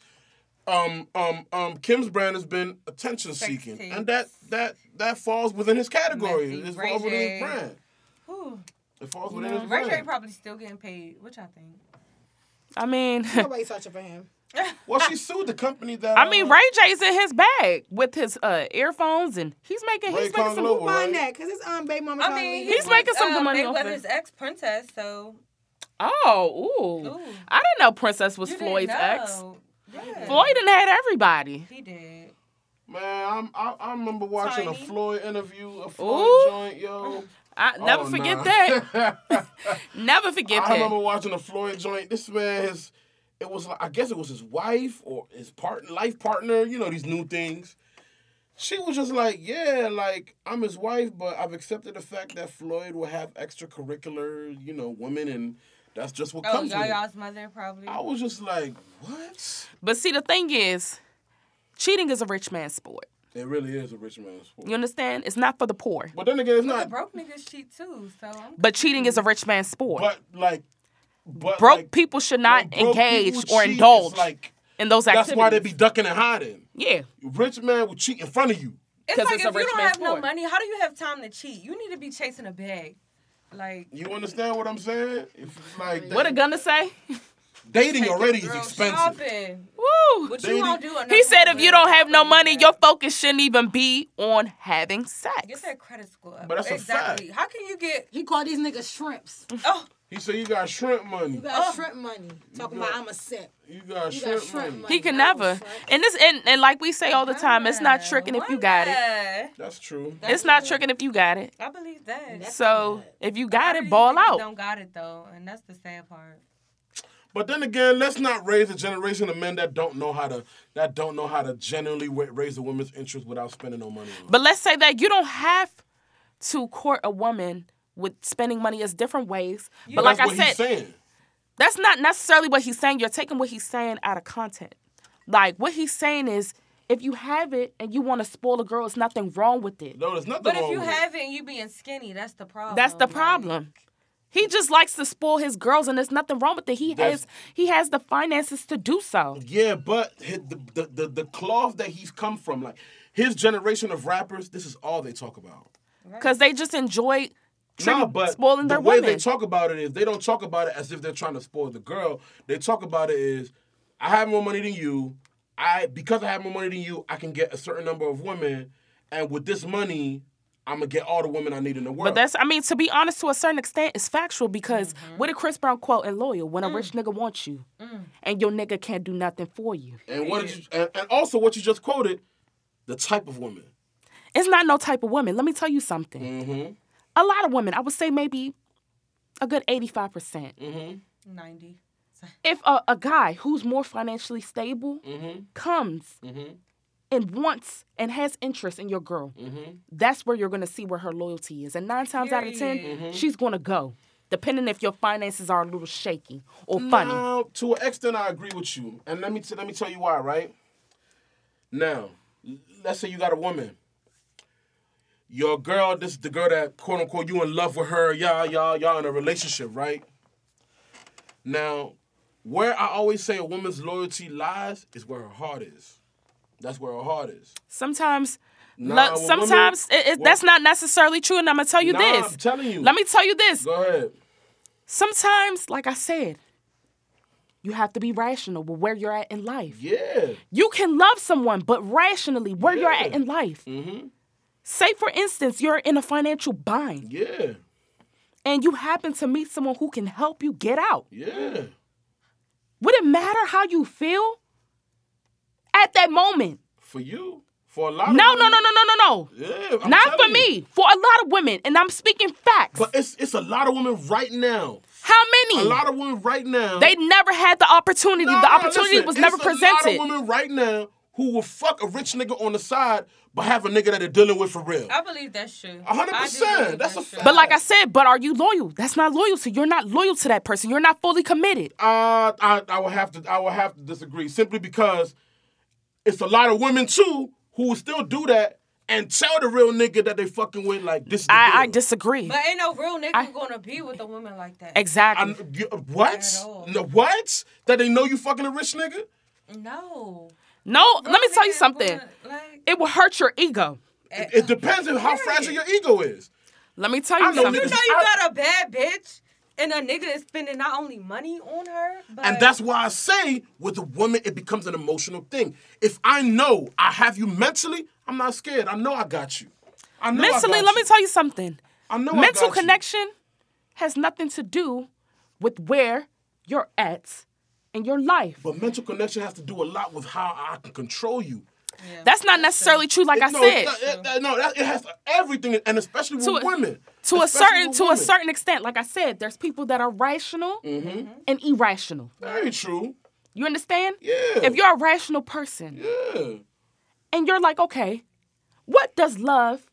S2: Um, um, um, Kim's brand has been attention seeking,
S4: Sexy.
S2: and that that that falls within his category.
S4: Messy,
S2: It's falls within his
S4: Ray J.
S2: brand.
S4: Whew.
S2: It falls within his
S4: Ray J
S2: brain.
S4: probably still getting paid. What y'all think?
S1: I mean,
S3: Nobody searching for him.
S2: Well, she sued the company that.
S1: I mean,
S4: Uh-huh.
S2: uh,
S1: Ray J's in his bag with his uh, earphones, and he's making
S2: Ray
S1: he's making
S2: Kong
S1: some
S2: Global,
S3: Who buying
S2: right?
S3: that? Cause it's um baby mama.
S4: I
S3: calling
S4: mean,
S3: me.
S1: He's making some good
S4: uh,
S1: money off it.
S4: Mayweather's ex princess, so
S1: oh ooh.
S4: Ooh.
S1: I didn't know Princess was
S4: you didn't
S1: Floyd's ex.
S4: know. Yeah.
S1: Floyd done had everybody.
S4: He did.
S2: Man, I'm, I, I remember watching
S4: Tiny.
S2: a Floyd interview, a Floyd
S1: Ooh.
S2: joint, yo.
S1: I never
S2: Oh,
S1: forget
S2: nah.
S1: that. Never forget
S2: I
S1: that.
S2: remember watching a Floyd joint. This man his it was like I guess it was his wife or his part life partner, you know, these new things. She was just like, Yeah, like I'm his wife, but I've accepted the fact that Floyd will have extracurricular, you know, women and that's just what
S4: Oh,
S2: comes with it.
S4: Yaya's mother probably.
S2: I was just like, What?
S1: But see, the thing is, cheating is a rich man's sport.
S2: It really is a rich man's sport.
S1: You understand? It's not for the poor.
S2: But then again it's
S4: The
S2: not
S4: broke niggas cheat too, so I'm.
S1: But cheating is a rich man's sport.
S2: but like but
S1: broke
S2: like,
S1: people should not
S2: when broke
S1: engage
S2: people
S1: or
S2: cheat, it's
S1: indulge
S2: Like
S1: in those activities.
S2: that's why they be ducking and hiding.
S1: yeah.
S2: Rich man will cheat in front of you.
S4: It's
S1: 'Cause
S4: like
S1: it's
S4: if
S1: a rich
S4: you don't
S1: man's
S4: have
S1: sport.
S4: no money, how do you have time to cheat? You need to be chasing a bag. Like
S2: You understand what I'm saying? If it's like
S1: What a gun to say?
S2: dating
S4: taking
S2: already is
S4: girls
S2: expensive.
S4: Shopping.
S1: Woo!
S4: What you gonna do?
S1: He
S4: another
S1: said if you
S4: girl?
S1: don't have no money,
S4: Yeah.
S1: your focus shouldn't even be on having
S4: Get
S1: sex.
S4: that credit score up.
S2: But that's a
S4: exactly. How can you get?
S3: He called these niggas shrimps. You
S4: Oh,
S2: He said you got shrimp money.
S3: got shrimp money. Talking
S2: got-
S3: about I'm a simp.
S2: You got
S3: You
S2: shrimp,
S3: got shrimp
S2: money.
S3: money.
S1: He can
S3: That
S1: never.
S3: was shrimp.
S1: And this and, and like we say all the time, it's not tricking if you got it.
S2: That's true.
S1: It's not tricking if you got it.
S4: I believe that.
S1: So if you got
S4: How
S1: it,
S4: do
S1: ball
S4: you niggas
S1: out.
S4: Don't got it though, and that's the sad part.
S2: But then again, let's not raise a generation of men that don't know how to that don't know how to genuinely wa- raise a woman's interest without spending no money. On.
S1: But let's say that you don't have to court a woman with spending money as different ways. But like
S2: that's
S1: I
S2: what
S1: said,
S2: he's saying.
S1: that's not necessarily what he's saying. You're taking what he's saying out of content. Like what he's saying is if you have it and you want to spoil a girl, it's nothing wrong with it.
S2: No, there's nothing
S4: But
S2: wrong
S4: if you
S2: with
S4: have it and you being skinny, that's the problem.
S1: That's
S2: Oh,
S1: the
S4: Like,
S1: problem. He just likes to spoil his girls and there's nothing wrong with it. He
S2: That's-
S1: has he has the finances to do so.
S2: it. Yeah, but hi- the, the the the cloth that he's come from, like his generation of rappers, this is all they talk about.
S1: Cause they just enjoy treating,
S2: No, but
S1: spoiling
S2: the
S1: their
S2: way
S1: women.
S2: they talk about it is they don't talk about it as if they're trying to spoil the girl. They talk about it is I have more money than you. I because I have more money than you, I can get a certain number of women, and with this money, I'm gonna get all the women I need in the world.
S1: But that's, I mean, to be honest, to a certain extent, it's factual because
S2: Mm-hmm.
S1: what did Chris Brown quote in Loyal? When a
S2: Mm.
S1: rich nigga wants you and your nigga can't do nothing for you.
S2: and what did you, and, and also what you just quoted, the type of woman.
S1: It's not no type of woman. Let me tell you something.
S2: Mm-hmm,
S1: A lot of women, I would say maybe a good 85%. percent
S2: mm-hmm,
S4: Ninety.
S1: If a, a guy who's more financially stable
S2: Mm. mm-hmm,
S1: comes and wants and has interest in your girl,
S2: mm-hmm.
S1: that's where you're going to see where her loyalty is. And nine times out of 10,
S2: Mm-hmm.
S1: she's going to go. Depending if your finances are a little shaky or funny.
S2: Now, to an extent, I agree with you, and let me t- let me tell you why. Right now, l- let's say you got a woman. Your girl, this is the girl that quote unquote you in love with her. Y'all, y'all, y'all in a relationship, right? Now, where I always say a woman's loyalty lies is where her heart is. That's where her heart is.
S1: Sometimes,
S2: Nah,
S1: lo-
S2: well,
S1: sometimes
S2: women-
S1: it, it,
S2: well-
S1: that's not necessarily true. And I'm gonna tell you
S2: Nah,
S1: this.
S2: I'm telling you.
S1: Let me tell you this.
S2: Go ahead.
S1: Sometimes, like I said, you have to be rational with where you're at in life.
S2: Yeah.
S1: You can love someone, but rationally, where you're at
S2: Yeah. Mm-hmm.
S1: in life. Say, for instance, you're in a financial bind
S2: Yeah.
S1: and you happen to meet someone who can help you get out.
S2: Yeah.
S1: Would it matter how you feel at that moment?
S2: For you. For a lot of
S1: No, no,
S2: women-
S1: no, no, no, no, no.
S2: Yeah. I'm
S1: Not for
S2: telling you.
S1: me, for a lot of women, and I'm speaking facts.
S2: But it's it's a lot of women right now.
S1: How many?
S2: A lot of women right now.
S1: They never had the opportunity.
S2: Nah,
S1: the
S2: nah,
S1: opportunity
S2: listen,
S1: was never
S2: it's
S1: presented.
S2: A lot of women right now who will fuck a rich nigga on the side, but have a nigga that they're dealing with for real.
S4: I believe that's true.
S2: A hundred
S4: I do
S2: percent.
S4: believe
S2: That's a
S4: true.
S2: fact.
S1: but like I said, but are you loyal? That's not loyalty. You're not loyal to that person. You're not fully committed.
S2: Uh, I I will have to I will have to disagree simply because it's a lot of women too who will still do that and tell the real nigga that they fucking with like this. Is the
S1: I, I
S2: deal.
S1: disagree.
S4: But ain't no real nigga gonna be with a woman like that.
S1: exactly.
S2: I- you- uh, what?
S4: At all.
S2: No, what? That they know you fucking a rich nigga?
S4: no.
S1: no, let me
S4: Real
S1: tell you
S4: niggas
S1: something.
S4: wanna, like, Eh,
S1: It will hurt your ego.
S4: uh,
S2: It, it depends on how fragile your ego is.
S1: Let me tell you
S2: I know
S1: something.
S4: You know
S2: niggas-
S4: you
S2: I-
S4: got a bad bitch, and a nigga is spending not only money on her, but
S2: And that's why I say with a woman, it becomes an emotional thing. If I know I have you mentally, I'm not scared. I know I got you. I know I
S1: Mentally,
S2: got
S1: let me
S2: you.
S1: tell you something.
S2: I know I
S1: Mental
S2: got you.
S1: connection has nothing to do with where you're at in your life.
S2: But mental connection has to do a lot with how I can control you.
S1: That's not necessarily true, like I
S2: no,
S1: said.
S2: it's not- it- no, that, it has to, everything, and especially with
S1: To a-
S2: women.
S1: to a
S2: Especially
S1: certain
S2: with
S1: to a
S2: women.
S1: certain extent, like I said, there's people that are rational
S2: Mm-hmm.
S1: and irrational.
S2: Very true.
S1: You understand?
S2: Yeah.
S1: If you're a rational person
S2: Yeah.
S1: and you're like, okay, what does love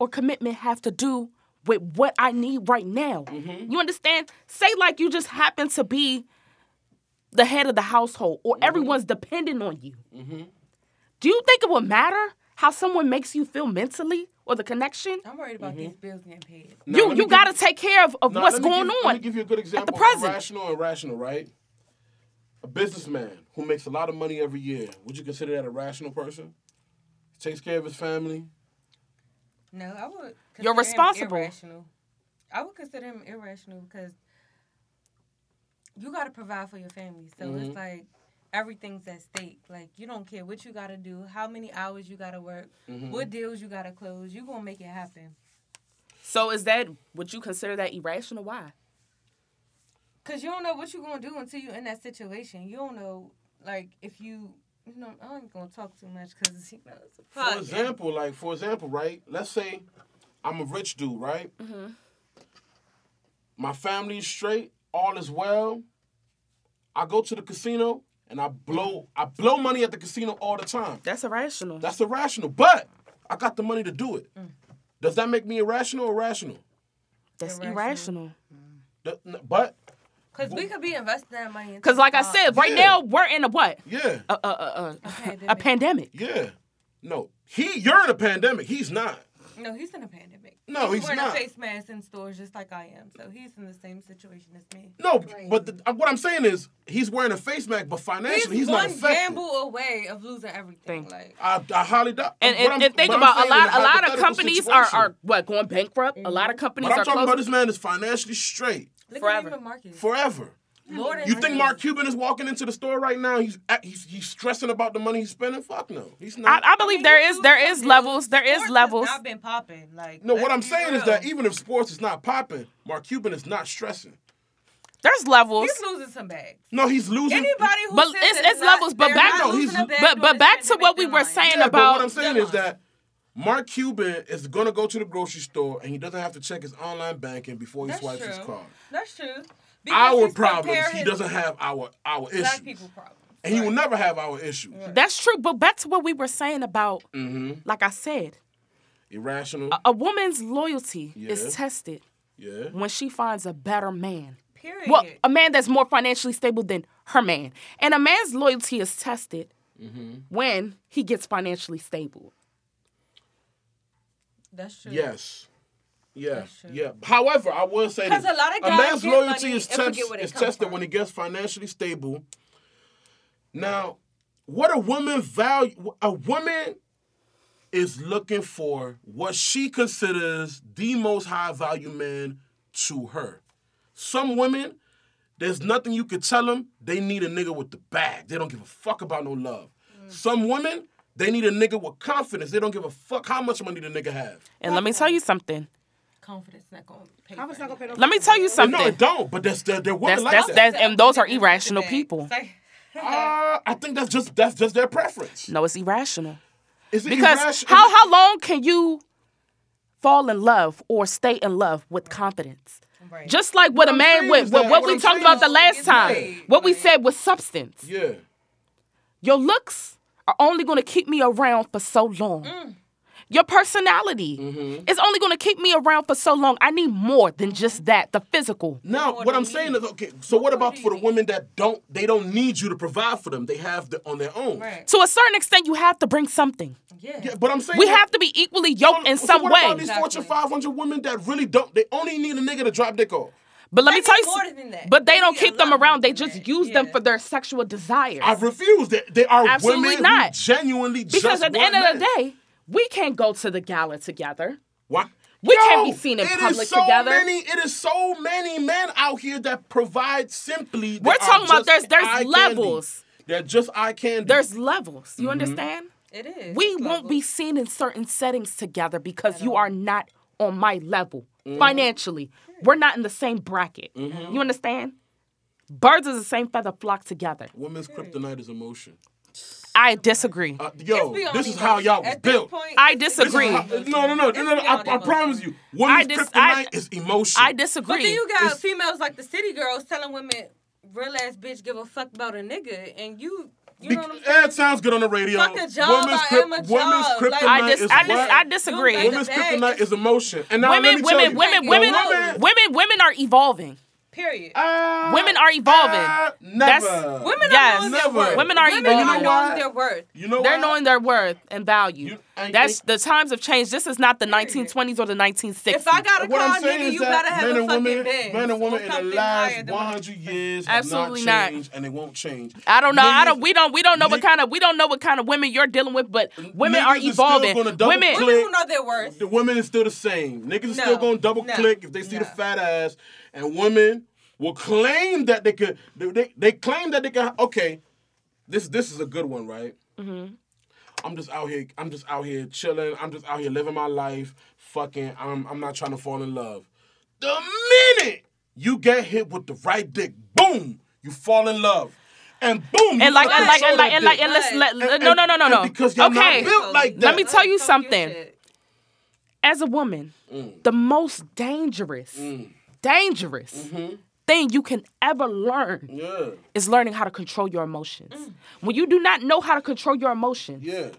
S1: or commitment have to do with what I need right now?
S2: Mm-hmm.
S1: You understand? Say like you just happen to be the head of the household
S2: Mm-hmm.
S1: or everyone's dependent on you. Do you think it would matter how someone makes you feel mentally or the connection?
S4: I'm worried about these bills getting paid.
S2: Now,
S1: you
S2: let me
S1: you
S2: give-
S1: got to take care of, of
S2: now,
S1: what's
S2: let me
S1: going
S2: give-
S1: on.
S2: Let me give you a good example. of
S1: present.
S2: Rational and rational, right? A businessman who makes a lot of money every year. Would you consider that a rational person? Takes care of his family.
S4: No, I would. Consider
S1: You're responsible.
S4: Him irrational. I would consider him irrational because you got to provide for your family. So it's like everything's at stake. Like you don't care what you got to do, how many hours you got to work, what deals you got to close. You gonna make it happen.
S1: So is that would you consider that irrational? Why?
S4: Cause you don't know what you're gonna do until you're in that situation. You don't know, like if you, you know, I ain't gonna talk too much because you know it's a
S2: For
S4: podcast.
S2: example, like for example, right? Let's say I'm a rich dude, right? My family's straight, all is well. I go to the casino and I blow I blow money at the casino all the time.
S1: That's irrational.
S2: That's irrational, but I got the money to do it. Does that make me irrational or rational?
S1: That's irrational.
S4: Irrational.
S2: Th- n- But
S4: Cause we could be investing that money. into
S1: Because like I
S4: stock.
S1: said, right
S2: Uh, Yeah.
S1: now we're in a what?
S2: yeah,
S1: A, a, a, a, a
S4: pandemic.
S1: pandemic.
S2: yeah. No. He you're in a pandemic, he's not.
S4: No, he's in a pandemic.
S2: No, he's
S4: wearing
S2: not.
S4: a face mask in stores just like I am. So he's in the same situation as me.
S2: No, but the, uh, what I'm saying is he's wearing a face mask, but financially he's, not
S4: one
S2: affected.
S4: gamble away of losing everything.
S1: Thank-
S4: Like
S2: I, I highly doubt.
S1: And,
S2: what I'm-
S1: and, and think
S2: what I'm
S1: about a
S2: saying
S1: lot
S2: is
S1: a lot of
S2: hypothetical
S1: companies are, are
S2: situation.
S1: what going bankrupt. A lot of companies
S2: But I'm
S1: are
S2: talking
S1: closing.
S2: about this man is financially straight
S4: look
S1: Forever.
S4: at Lehman Marcus.
S2: forever.
S4: Lord and
S2: You think
S4: mercy.
S2: Mark Cuban is walking into the store right now? He's act- he's, he's stressing about the money he's spending. Fuck no, he's
S1: I,
S2: not.
S1: I believe
S4: mean,
S1: there
S4: he
S1: is
S4: do
S1: there is
S4: some
S1: levels there
S4: Sports
S1: is
S4: has
S1: levels.
S4: Not been popping. Like
S2: no, what
S4: let's
S2: I'm
S4: be
S2: saying is
S4: real.
S2: that e- even if sports is not popping, Mark Cuban is not stressing.
S1: There's levels.
S4: he's losing some bags.
S2: No, he's losing.
S4: Anybody who
S1: But
S4: says
S1: it's-
S4: it's
S1: it's levels, but
S4: they're
S1: back-
S4: not
S2: No, he's-
S4: losing a bag
S1: but-
S4: during
S1: but
S4: this
S1: back to
S4: pandemic,
S1: what we
S4: they're
S1: were
S4: lying.
S1: saying
S2: Yeah, but
S1: about-
S2: what I'm saying
S4: Come
S2: is
S4: on.
S2: that Mark Cuban is gonna go to the grocery store and he doesn't have to check his online banking before he
S4: That's
S2: swipes
S4: true.
S2: his card.
S4: That's true. Because
S2: Our
S4: he's
S2: problems,
S4: compared
S2: he
S4: his
S2: doesn't have our our
S4: Black
S2: issues,
S4: people problems.
S2: and he will
S4: Right.
S2: never have our issues.
S1: That's true. But back to what we were saying about like I said,
S2: Irrational.
S1: a woman's loyalty
S2: Yeah.
S1: is tested
S2: yeah.
S1: when she finds a better man.
S4: Period.
S1: Well, a man that's more financially stable than her man. And a man's loyalty is tested Mm-hmm. when he gets financially stable.
S4: That's true.
S2: Yes. Yeah.
S4: That's true.
S2: Yeah. However, I will say this:
S4: 'Cause a lot of guys
S2: man's
S4: get
S2: loyalty
S4: money
S2: is,
S4: and
S2: test,
S4: forget where they
S2: is
S4: come
S2: tested
S4: from.
S2: when he gets financially stable. Now, what a woman value a woman is looking for what she considers the most high value man to her. Some women, there's nothing you could tell them. They need a nigga with the bag. They don't give a fuck about no love.
S4: Mm.
S2: Some women, they need a nigga with confidence. They don't give a fuck how much money the nigga have.
S1: And let me tell you something.
S4: Confidence not going to pay.
S3: I'm just
S4: for
S3: not gonna pay
S4: anything.
S3: no.
S1: Let me tell you
S2: No,
S1: something.
S2: it don't. But that's they're, they're women
S1: That's
S2: like
S1: that's
S2: that.
S1: that's and those are
S4: It's a
S1: irrational
S4: bag.
S1: people.
S4: It's like-
S2: Uh, I think that's just that's just their preference.
S1: No, it's irrational.
S2: Is it
S1: Because
S2: irrational?
S1: how how long can you fall in love or stay in love with confidence?
S4: Right.
S1: Just like what a
S2: I'm
S1: man
S2: saying
S1: with
S2: is
S1: what,
S2: that-
S1: what
S2: what
S1: we
S2: I'm
S1: talked
S2: saying
S1: about the
S2: is-
S1: last time.
S4: Right,
S1: What we
S4: right.
S1: said was substance.
S2: yeah,
S1: Your looks are only going to keep me around for so long.
S2: Mm.
S1: Your personality
S2: Mm-hmm.
S1: is only going to keep me around for so long. I need more than just that, the physical.
S2: Now, what, I'm saying is, okay. So, what, about for the women that don't? They don't need you to provide for them. They have the, on their own.
S4: Right.
S1: To a certain extent, you have to bring something.
S4: Yeah.
S2: Yeah, but I'm saying
S1: We
S2: that-
S1: have to be equally yoked in
S2: so
S1: some
S2: what
S1: way.
S2: about these
S4: Exactly.
S2: Fortune 500 women that really don't? They only need a nigga to drop dick off.
S1: but let
S4: They
S1: me tell
S4: need
S1: you,
S4: more
S1: some-
S4: than that.
S1: but they
S4: They
S1: don't
S4: need a
S1: keep them
S4: lot more
S1: around. They
S4: than
S1: just
S4: that.
S1: use them
S4: Yeah.
S1: for their sexual desires.
S2: I refuse. They, they are
S1: Absolutely
S2: women
S1: not.
S2: who genuinely
S1: because
S2: just
S1: at the
S2: want
S1: end of the
S2: men.
S1: day, we can't go to the gala together.
S2: why?
S1: We
S2: Yo,
S1: can't be seen in
S2: it is
S1: public
S2: so
S1: together.
S2: Many, it is so many men out here that provide simply. that
S1: We're
S2: are
S1: talking about there's-
S2: just
S1: there's
S2: eye candy.
S1: levels.
S2: They're just eye candy.
S1: There's levels.
S2: Mm-hmm.
S1: You understand?
S4: It is.
S1: We
S4: It's
S1: won't
S4: level.
S1: be seen in certain settings together because you are not on my level
S2: Mm-hmm.
S1: financially. We're not in the same bracket. You understand? Birds of the same feather flock together.
S2: women's kryptonite is emotion.
S1: I disagree.
S2: Uh, yo,
S4: It's beyond
S2: this is
S4: emotion.
S2: how y'all was
S4: At this
S2: built.
S4: point,
S1: I
S4: it's
S2: This is
S1: disagree.
S2: how-
S4: beyond
S2: no,
S4: emotion.
S2: no, no,
S4: It's
S2: no, no. I,
S4: beyond
S2: I promise
S4: emotion.
S2: you, women's
S1: I dis- I-
S2: kryptonite is emotion.
S1: I
S4: But
S1: disagree.
S4: then you got females like the city girls telling women, real ass bitch, give a fuck about a nigga, and you, you
S2: Be-
S4: know what I'm
S2: yeah,
S4: saying?
S2: it sounds good on the radio.
S4: Fuck a job,
S2: women's
S4: I
S2: kryp-
S4: am a job.
S2: women's kryptonite
S4: Like,
S1: I, dis-
S2: is
S1: I, dis-
S2: what?
S1: I disagree.
S4: You
S1: Women,
S2: Women's
S4: Like,
S2: kryptonite
S4: hey.
S2: is emotion. And now let
S1: women,
S2: me tell
S1: women,
S2: you,
S1: women,
S2: the
S1: women,
S2: women-
S1: women, women are evolving.
S4: Period.
S2: Uh,
S1: Women are evolving.
S2: uh,
S1: That's-
S2: never.
S4: women
S1: yes.
S4: are knowing
S2: Never.
S4: their worth.
S1: Women are
S4: women
S1: evolving.
S4: are
S1: You
S2: know why?
S4: knowing their worth.
S2: You know
S1: They're
S2: what?
S1: knowing their worth and value.
S2: You- I
S1: That's
S2: think-
S1: the times have changed. This is not the 1920s or the 1960s.
S4: If I got a
S2: What
S4: car,
S2: I'm saying
S4: nigga,
S2: is
S4: you
S2: that
S4: better have
S2: men
S4: a
S2: and
S4: fucking
S2: women,
S4: Benz
S2: men and
S4: or
S2: women in the
S4: something higher
S2: last
S4: than what-
S2: 100 years have
S1: Absolutely
S2: not
S1: not.
S2: changed, and they won't change.
S1: I don't know. I don't.
S2: Niggas-
S1: We don't. We don't know what
S2: nigg-
S1: kind of. We don't know what kind of women you're dealing with. But women
S2: niggas
S1: are
S2: is still
S1: evolving.
S2: gonna double
S1: Women.
S2: click.
S4: Women who know their worth.
S2: The women is still the same. Niggas is
S4: No,
S2: still gonna double
S4: no,
S2: click if they see the
S4: no.
S2: fat ass, and women will claim that they could. They, they, they claim that they can. Okay, this this is a good one, right?
S1: Mm-hmm.
S2: I'm just out here. I'm just out here chilling. I'm just out here living my life. Fucking. I'm. I'm not trying to fall in love. The minute you get hit with the right dick, boom, you fall in love, and boom,
S1: And like and like and like and like and
S4: Right.
S1: let's let,
S2: And-
S1: no
S2: and-
S1: no no no
S2: and
S1: no.
S2: because you're not
S1: okay.
S2: built like
S1: Let
S2: that.
S1: me tell you
S4: Fuck your
S1: something.
S4: shit.
S1: As a woman,
S2: Mm.
S1: the most dangerous, dangerous
S2: Mm-hmm.
S1: thing you can ever learn
S2: Yeah.
S1: is learning how to control your emotions.
S2: Mm.
S1: When you do not know how to control your emotions,
S2: Yeah.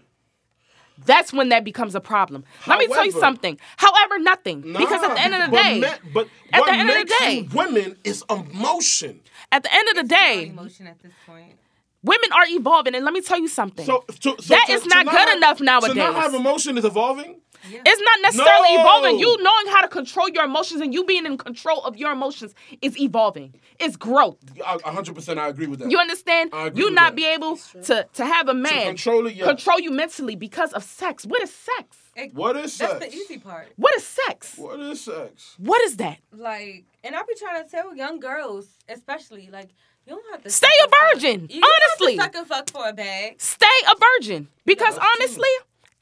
S1: that's when that becomes a problem. Let me tell you
S2: However-
S1: something. However, nothing. because at the end of the
S2: but
S1: day,
S2: men- but
S1: at
S2: what
S1: the end of the
S2: makes
S1: day-
S2: you women is emotion.
S1: at the end of the day,
S4: Emotion at this point.
S1: women are evolving. And let me tell you something.
S2: So, to, so
S1: That
S2: to-
S1: is
S2: to
S1: not good
S2: have-
S1: enough
S2: To not
S1: nowadays.
S2: have emotion is evolving.
S1: It's not necessarily
S2: No!
S1: evolving. You knowing how to control your emotions and you being in control of your emotions is evolving. It's growth.
S2: I- a hundred percent, I agree with that.
S1: You understand?
S2: I agree
S1: You
S2: with
S1: not
S2: that.
S1: be able to to have a man
S2: control it, yeah.
S1: control you mentally because of sex. What is sex?
S4: It-
S2: What is
S4: That's
S2: sex?
S4: the easy part.
S1: What is sex?
S2: what is sex?
S1: What is that?
S4: Like, and I be trying to tell young girls, especially, like, you don't have to
S1: Stay
S4: suck
S1: a
S4: and fuck.
S1: virgin,
S4: You don't have to
S1: honestly.
S4: suck and fuck for a bag.
S1: Stay a virgin because
S2: that's true.
S1: honestly,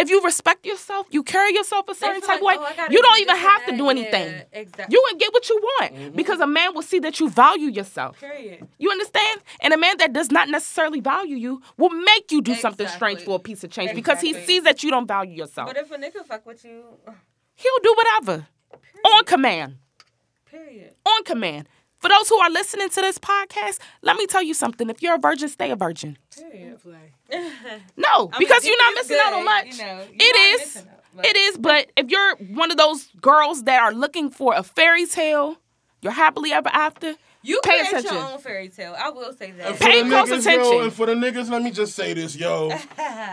S1: if you respect yourself, you carry yourself a
S4: They
S1: certain
S4: feel
S1: type of way.
S4: like, oh, I gotta
S1: you
S4: do
S1: don't
S4: this
S1: even
S4: and
S1: have to
S4: that.
S1: do
S4: Yeah, Mm-hmm.
S1: anything.
S4: exactly.
S1: You can get what you want because a man will see that you value yourself.
S4: Period.
S1: You understand? And a man that does not necessarily value you will make you do something strange
S4: Exactly.
S1: for a piece of change because he
S4: Exactly.
S1: sees that you don't value yourself.
S4: But if a nigga fuck with you, ugh,
S1: He'll do whatever on command.
S4: period.
S1: On command. For those who are listening to this podcast, let me tell you something. If you're a virgin, stay a virgin.
S4: Period.
S1: No,
S4: I mean,
S1: because
S4: if
S1: you're not
S4: it's
S1: missing
S4: good,
S1: out on much.
S4: you know, you're
S1: it is.
S4: not missing out, but-
S1: It is, but if you're one of those girls that are looking for a fairy tale, you're happily ever after,
S4: You
S1: pay
S4: create
S1: attention.
S4: your own fairy tale. I will say that.
S2: For
S1: Pay
S2: the
S1: close
S2: niggas, Yo,
S1: attention.
S2: and for the niggas, let me just say this, yo.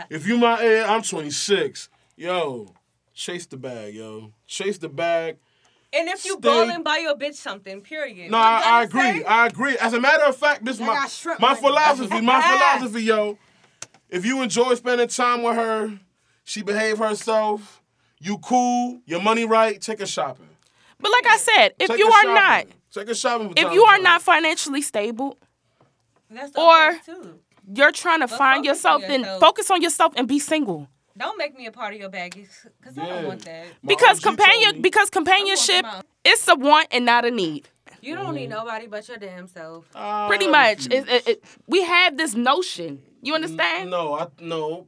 S2: if you my age, I'm 26. Yo, chase the bag, yo. Chase the bag.
S4: And if you
S2: Stay-
S4: balling, buy your bitch something. Period.
S2: No,
S4: What
S2: I,
S4: does
S2: I
S4: it
S2: agree.
S4: say?
S2: I agree. As a matter of fact, this my
S3: got shrimp
S2: my
S3: money.
S2: philosophy. My philosophy, yo. If you enjoy spending time with her, she behave herself, you cool, your money right, take her shopping.
S1: But like I said, if
S2: Take
S1: you
S2: her
S1: are
S2: shopping.
S1: not,
S2: take her shopping. from
S1: if
S2: time
S1: you
S2: to
S1: are
S2: time.
S1: not financially stable,
S4: That's
S1: Or-
S4: okay, too.
S1: you're trying to find
S4: focus
S1: yourself,
S4: on
S1: then
S4: yourself.
S1: focus on yourself and be single.
S4: Don't make me a part of your baggage, cause I
S2: Yeah.
S4: don't want that.
S2: My
S1: Because
S2: OG told
S1: companion
S2: me-
S1: because companionship
S4: out.
S1: it's a want and not a need.
S4: You don't need
S2: Mm.
S4: nobody but your damn self.
S2: I
S1: Pretty much. It, it, it- we have this notion. You understand?
S2: No, I no.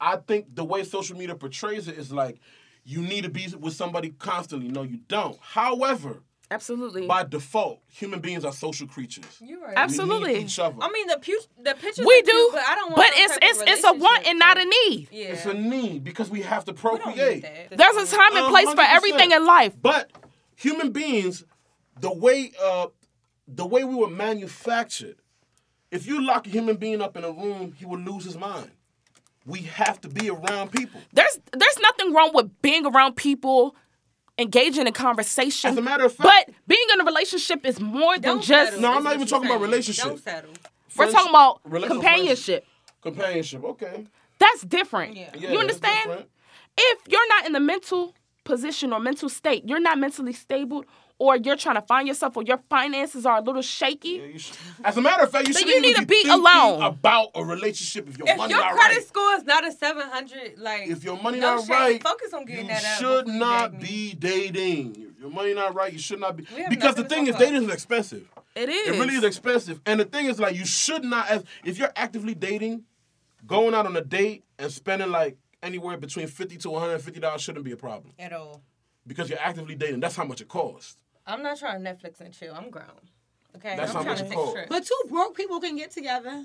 S2: I think the way social media portrays it is like you need to be with somebody constantly. No, you don't. However,
S1: Absolutely.
S2: by default, human beings are social creatures.
S4: You
S2: We
S4: right.
S2: need
S1: Absolutely.
S2: each other.
S4: I mean the pu- the pictures.
S1: We
S4: are
S1: do,
S4: cute, but I don't want.
S1: but
S4: no
S1: it's
S4: type of
S1: it's it's a want
S4: relationship,
S1: and not
S4: so-
S1: a need.
S4: Yeah.
S2: it's a need because we have to
S4: we don't need
S2: procreate.
S4: that.
S1: There's a time
S2: Uh,
S1: and place for
S2: 100%.
S1: everything in life.
S2: But human beings, the way uh, the way we were manufactured, if you lock a human being up in a room, he will lose his mind. We have to be around people.
S1: There's there's nothing wrong with being around people, engaging in conversation.
S2: As a matter of fact-
S1: but being in a relationship is more than
S4: Don't
S1: just
S4: settle,
S2: No, I'm not
S4: is what
S2: even
S4: you're
S2: talking about
S4: saying.
S2: relationship.
S4: Don't settle.
S1: we're talking
S2: Friendship-
S1: about
S2: relational
S1: companionship.
S2: friendship. Companionship, okay.
S1: That's different.
S4: Yeah. Yeah,
S2: Yeah,
S1: you
S2: that's
S1: understand?
S2: different.
S1: If you're not in the mental position or mental state, you're not mentally stable, or you're trying to find yourself, or your finances are a little shaky.
S2: You sh- As a matter of fact, you should
S1: you need to be
S2: thinking
S1: alone.
S2: about a relationship if your
S4: If
S2: money
S4: your
S2: not
S4: credit
S2: right.
S4: score is not a 700, like
S2: If your money
S4: no
S2: not
S4: shade,
S2: right,
S4: focus on getting
S2: you
S4: that up
S2: should
S4: before you
S2: not
S4: date me.
S2: be dating. If Your money not right. You should not be
S4: We have
S2: because the
S4: nothing
S2: thing
S4: to
S2: is,
S4: talk about.
S2: dating is expensive.
S1: It is.
S2: It really is expensive, and the thing is, like, you should not. As if you're actively dating, going out on a date and spending like anywhere between fifty to one hundred fifty dollars shouldn't be a problem
S4: at all.
S2: because you're actively dating. That's how much it costs.
S4: I'm not trying to Netflix and chill. I'm grown. Okay,
S2: That's
S4: I'm
S2: how
S4: trying to
S2: much it
S4: take
S2: costs.
S4: trips.
S3: But two broke people can get together.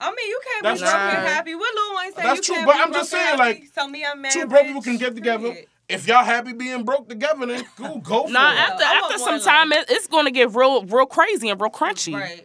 S4: I mean, you can't
S2: That's
S4: be broke and
S2: true.
S4: happy. What Lil Wayne said,
S2: That's
S4: you
S2: true,
S4: can't
S2: but
S4: be
S2: I'm just
S4: broke
S2: saying,
S4: and
S2: like,
S4: happy, so me, I'm mad,
S2: Two broke people
S4: bitch.
S2: can get together.
S4: Period.
S2: If y'all happy being broke together, then cool, go for
S1: Nah,
S2: it.
S1: after
S4: I want
S1: after
S4: more
S1: some
S4: life.
S1: time, it, it's gonna get real, real crazy and real crunchy.
S4: Right.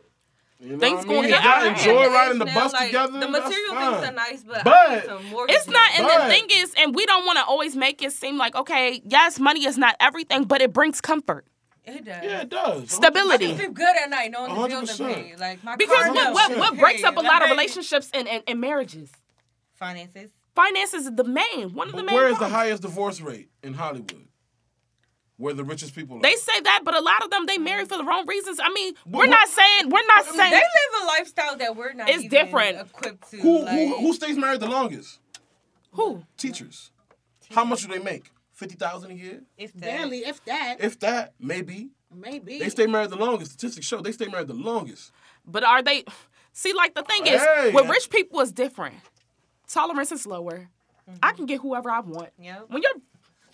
S2: You know
S1: Things
S2: what I
S1: gonna
S2: mean?
S1: get
S2: You gotta
S1: out of
S2: enjoy
S4: hand.
S2: riding the
S4: Now,
S2: bus
S4: like,
S2: together.
S4: The
S2: that's
S4: material
S2: fine.
S4: things are nice, but,
S2: But-
S4: I need some more
S1: It's
S4: than
S1: not,
S4: that.
S1: and
S2: Right.
S1: the thing is, and we don't want to always make it seem like, okay, yes, money is not everything, but it brings comfort,
S4: It does.
S2: Yeah, it does.
S1: stability.
S4: Sleep good at night, knowing the bills are
S2: 100%.
S4: paid. Like my
S1: Because
S4: car
S1: what,
S4: note,
S1: what, what breaks up a
S4: period.
S1: lot of
S4: Like,
S1: relationships and, and, and marriages?
S4: Finances.
S1: Finances is the main, one of the
S2: But
S1: main.
S2: where is the
S1: ones.
S2: highest divorce rate in Hollywood? Where the richest people are.
S1: They say that, but a lot of them they marry for the wrong reasons. I mean, we're
S2: what-
S1: not saying we're not
S4: They
S1: saying.
S4: live a lifestyle that we're not.
S1: It's
S4: even
S1: different.
S4: Equipped to.
S2: who,
S4: like,
S2: who who stays married the longest?
S1: Who?
S2: Teachers. How much do they make? Fifty thousand a year,
S4: If that.
S3: Barely, if that,
S2: if that. Maybe
S3: maybe.
S2: they stay married the longest. Statistics show they stay married the longest.
S1: But are they? See, like the thing is,
S2: Hey.
S1: with rich people is different. Tolerance is lower.
S2: Mm-hmm.
S1: I can get whoever I want.
S4: Yep.
S1: When you're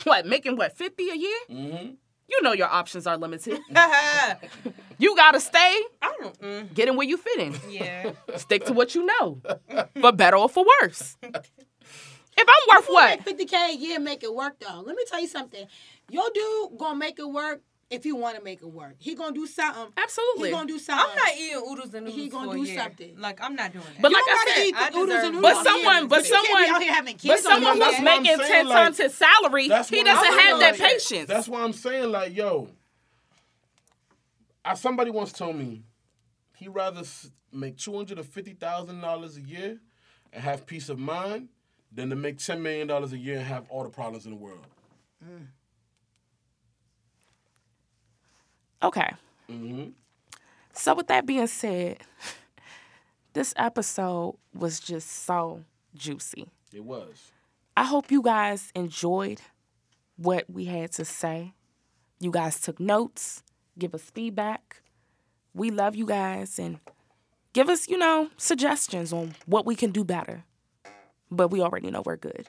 S1: what making what fifty a year,
S2: Mm. Mm-hmm.
S1: you know your options are limited.
S4: I
S1: you gotta stay,
S4: don't. Mm,
S1: get in where you fit in,
S4: yeah.
S1: stick to what you know, for better or for worse. If I'm worth what?
S3: Fifty k a year make it work though. Let me tell you something. Your dude gonna make it work if you want to make it work. He gonna do something.
S1: Absolutely.
S3: He gonna do something.
S4: I'm not eating oodles and noodles
S3: He gonna
S4: for a
S3: do
S4: year.
S3: something.
S4: Like I'm not doing that.
S1: But like
S3: You
S1: I
S3: gotta
S1: said,
S3: eat the
S4: I
S3: oodles
S4: deserve-
S3: and
S1: But
S3: noodles.
S1: someone, but
S3: You can't be out
S1: someone,
S3: here having kids
S1: but
S3: on
S1: someone
S3: the
S1: who's
S2: That's
S3: side.
S2: what I'm
S1: making
S2: saying,
S1: ten
S2: like,
S1: times his salary, he
S2: that's
S1: doesn't
S2: what I'm
S1: have that
S2: saying, like,
S1: patience.
S2: That's why I'm saying, like, yo, I, somebody once told me he rather s- make two hundred and fifty thousand dollars a year and have peace of mind than to make ten million dollars a year and have all the problems in the world.
S1: Okay.
S2: Mm-hmm.
S1: So, with that being said, this episode was just so juicy.
S2: It was.
S1: I hope you guys enjoyed what we had to say. You guys took notes, give us feedback. We love you guys and give us, you know, suggestions on what we can do better. But we already know we're good.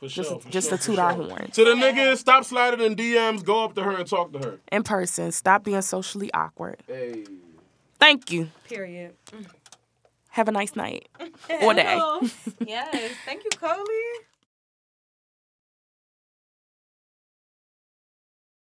S2: For
S1: Just,
S2: sure. for
S1: just
S2: sure,
S1: to
S2: for
S1: toot
S2: sure.
S1: our horn.
S2: To the niggas, stop sliding in DMs. Go up to her and talk to her.
S1: In person, stop being socially awkward.
S2: Hey.
S1: Thank you.
S4: Period.
S1: Have a nice night or day.
S4: yes. Thank you, Coley.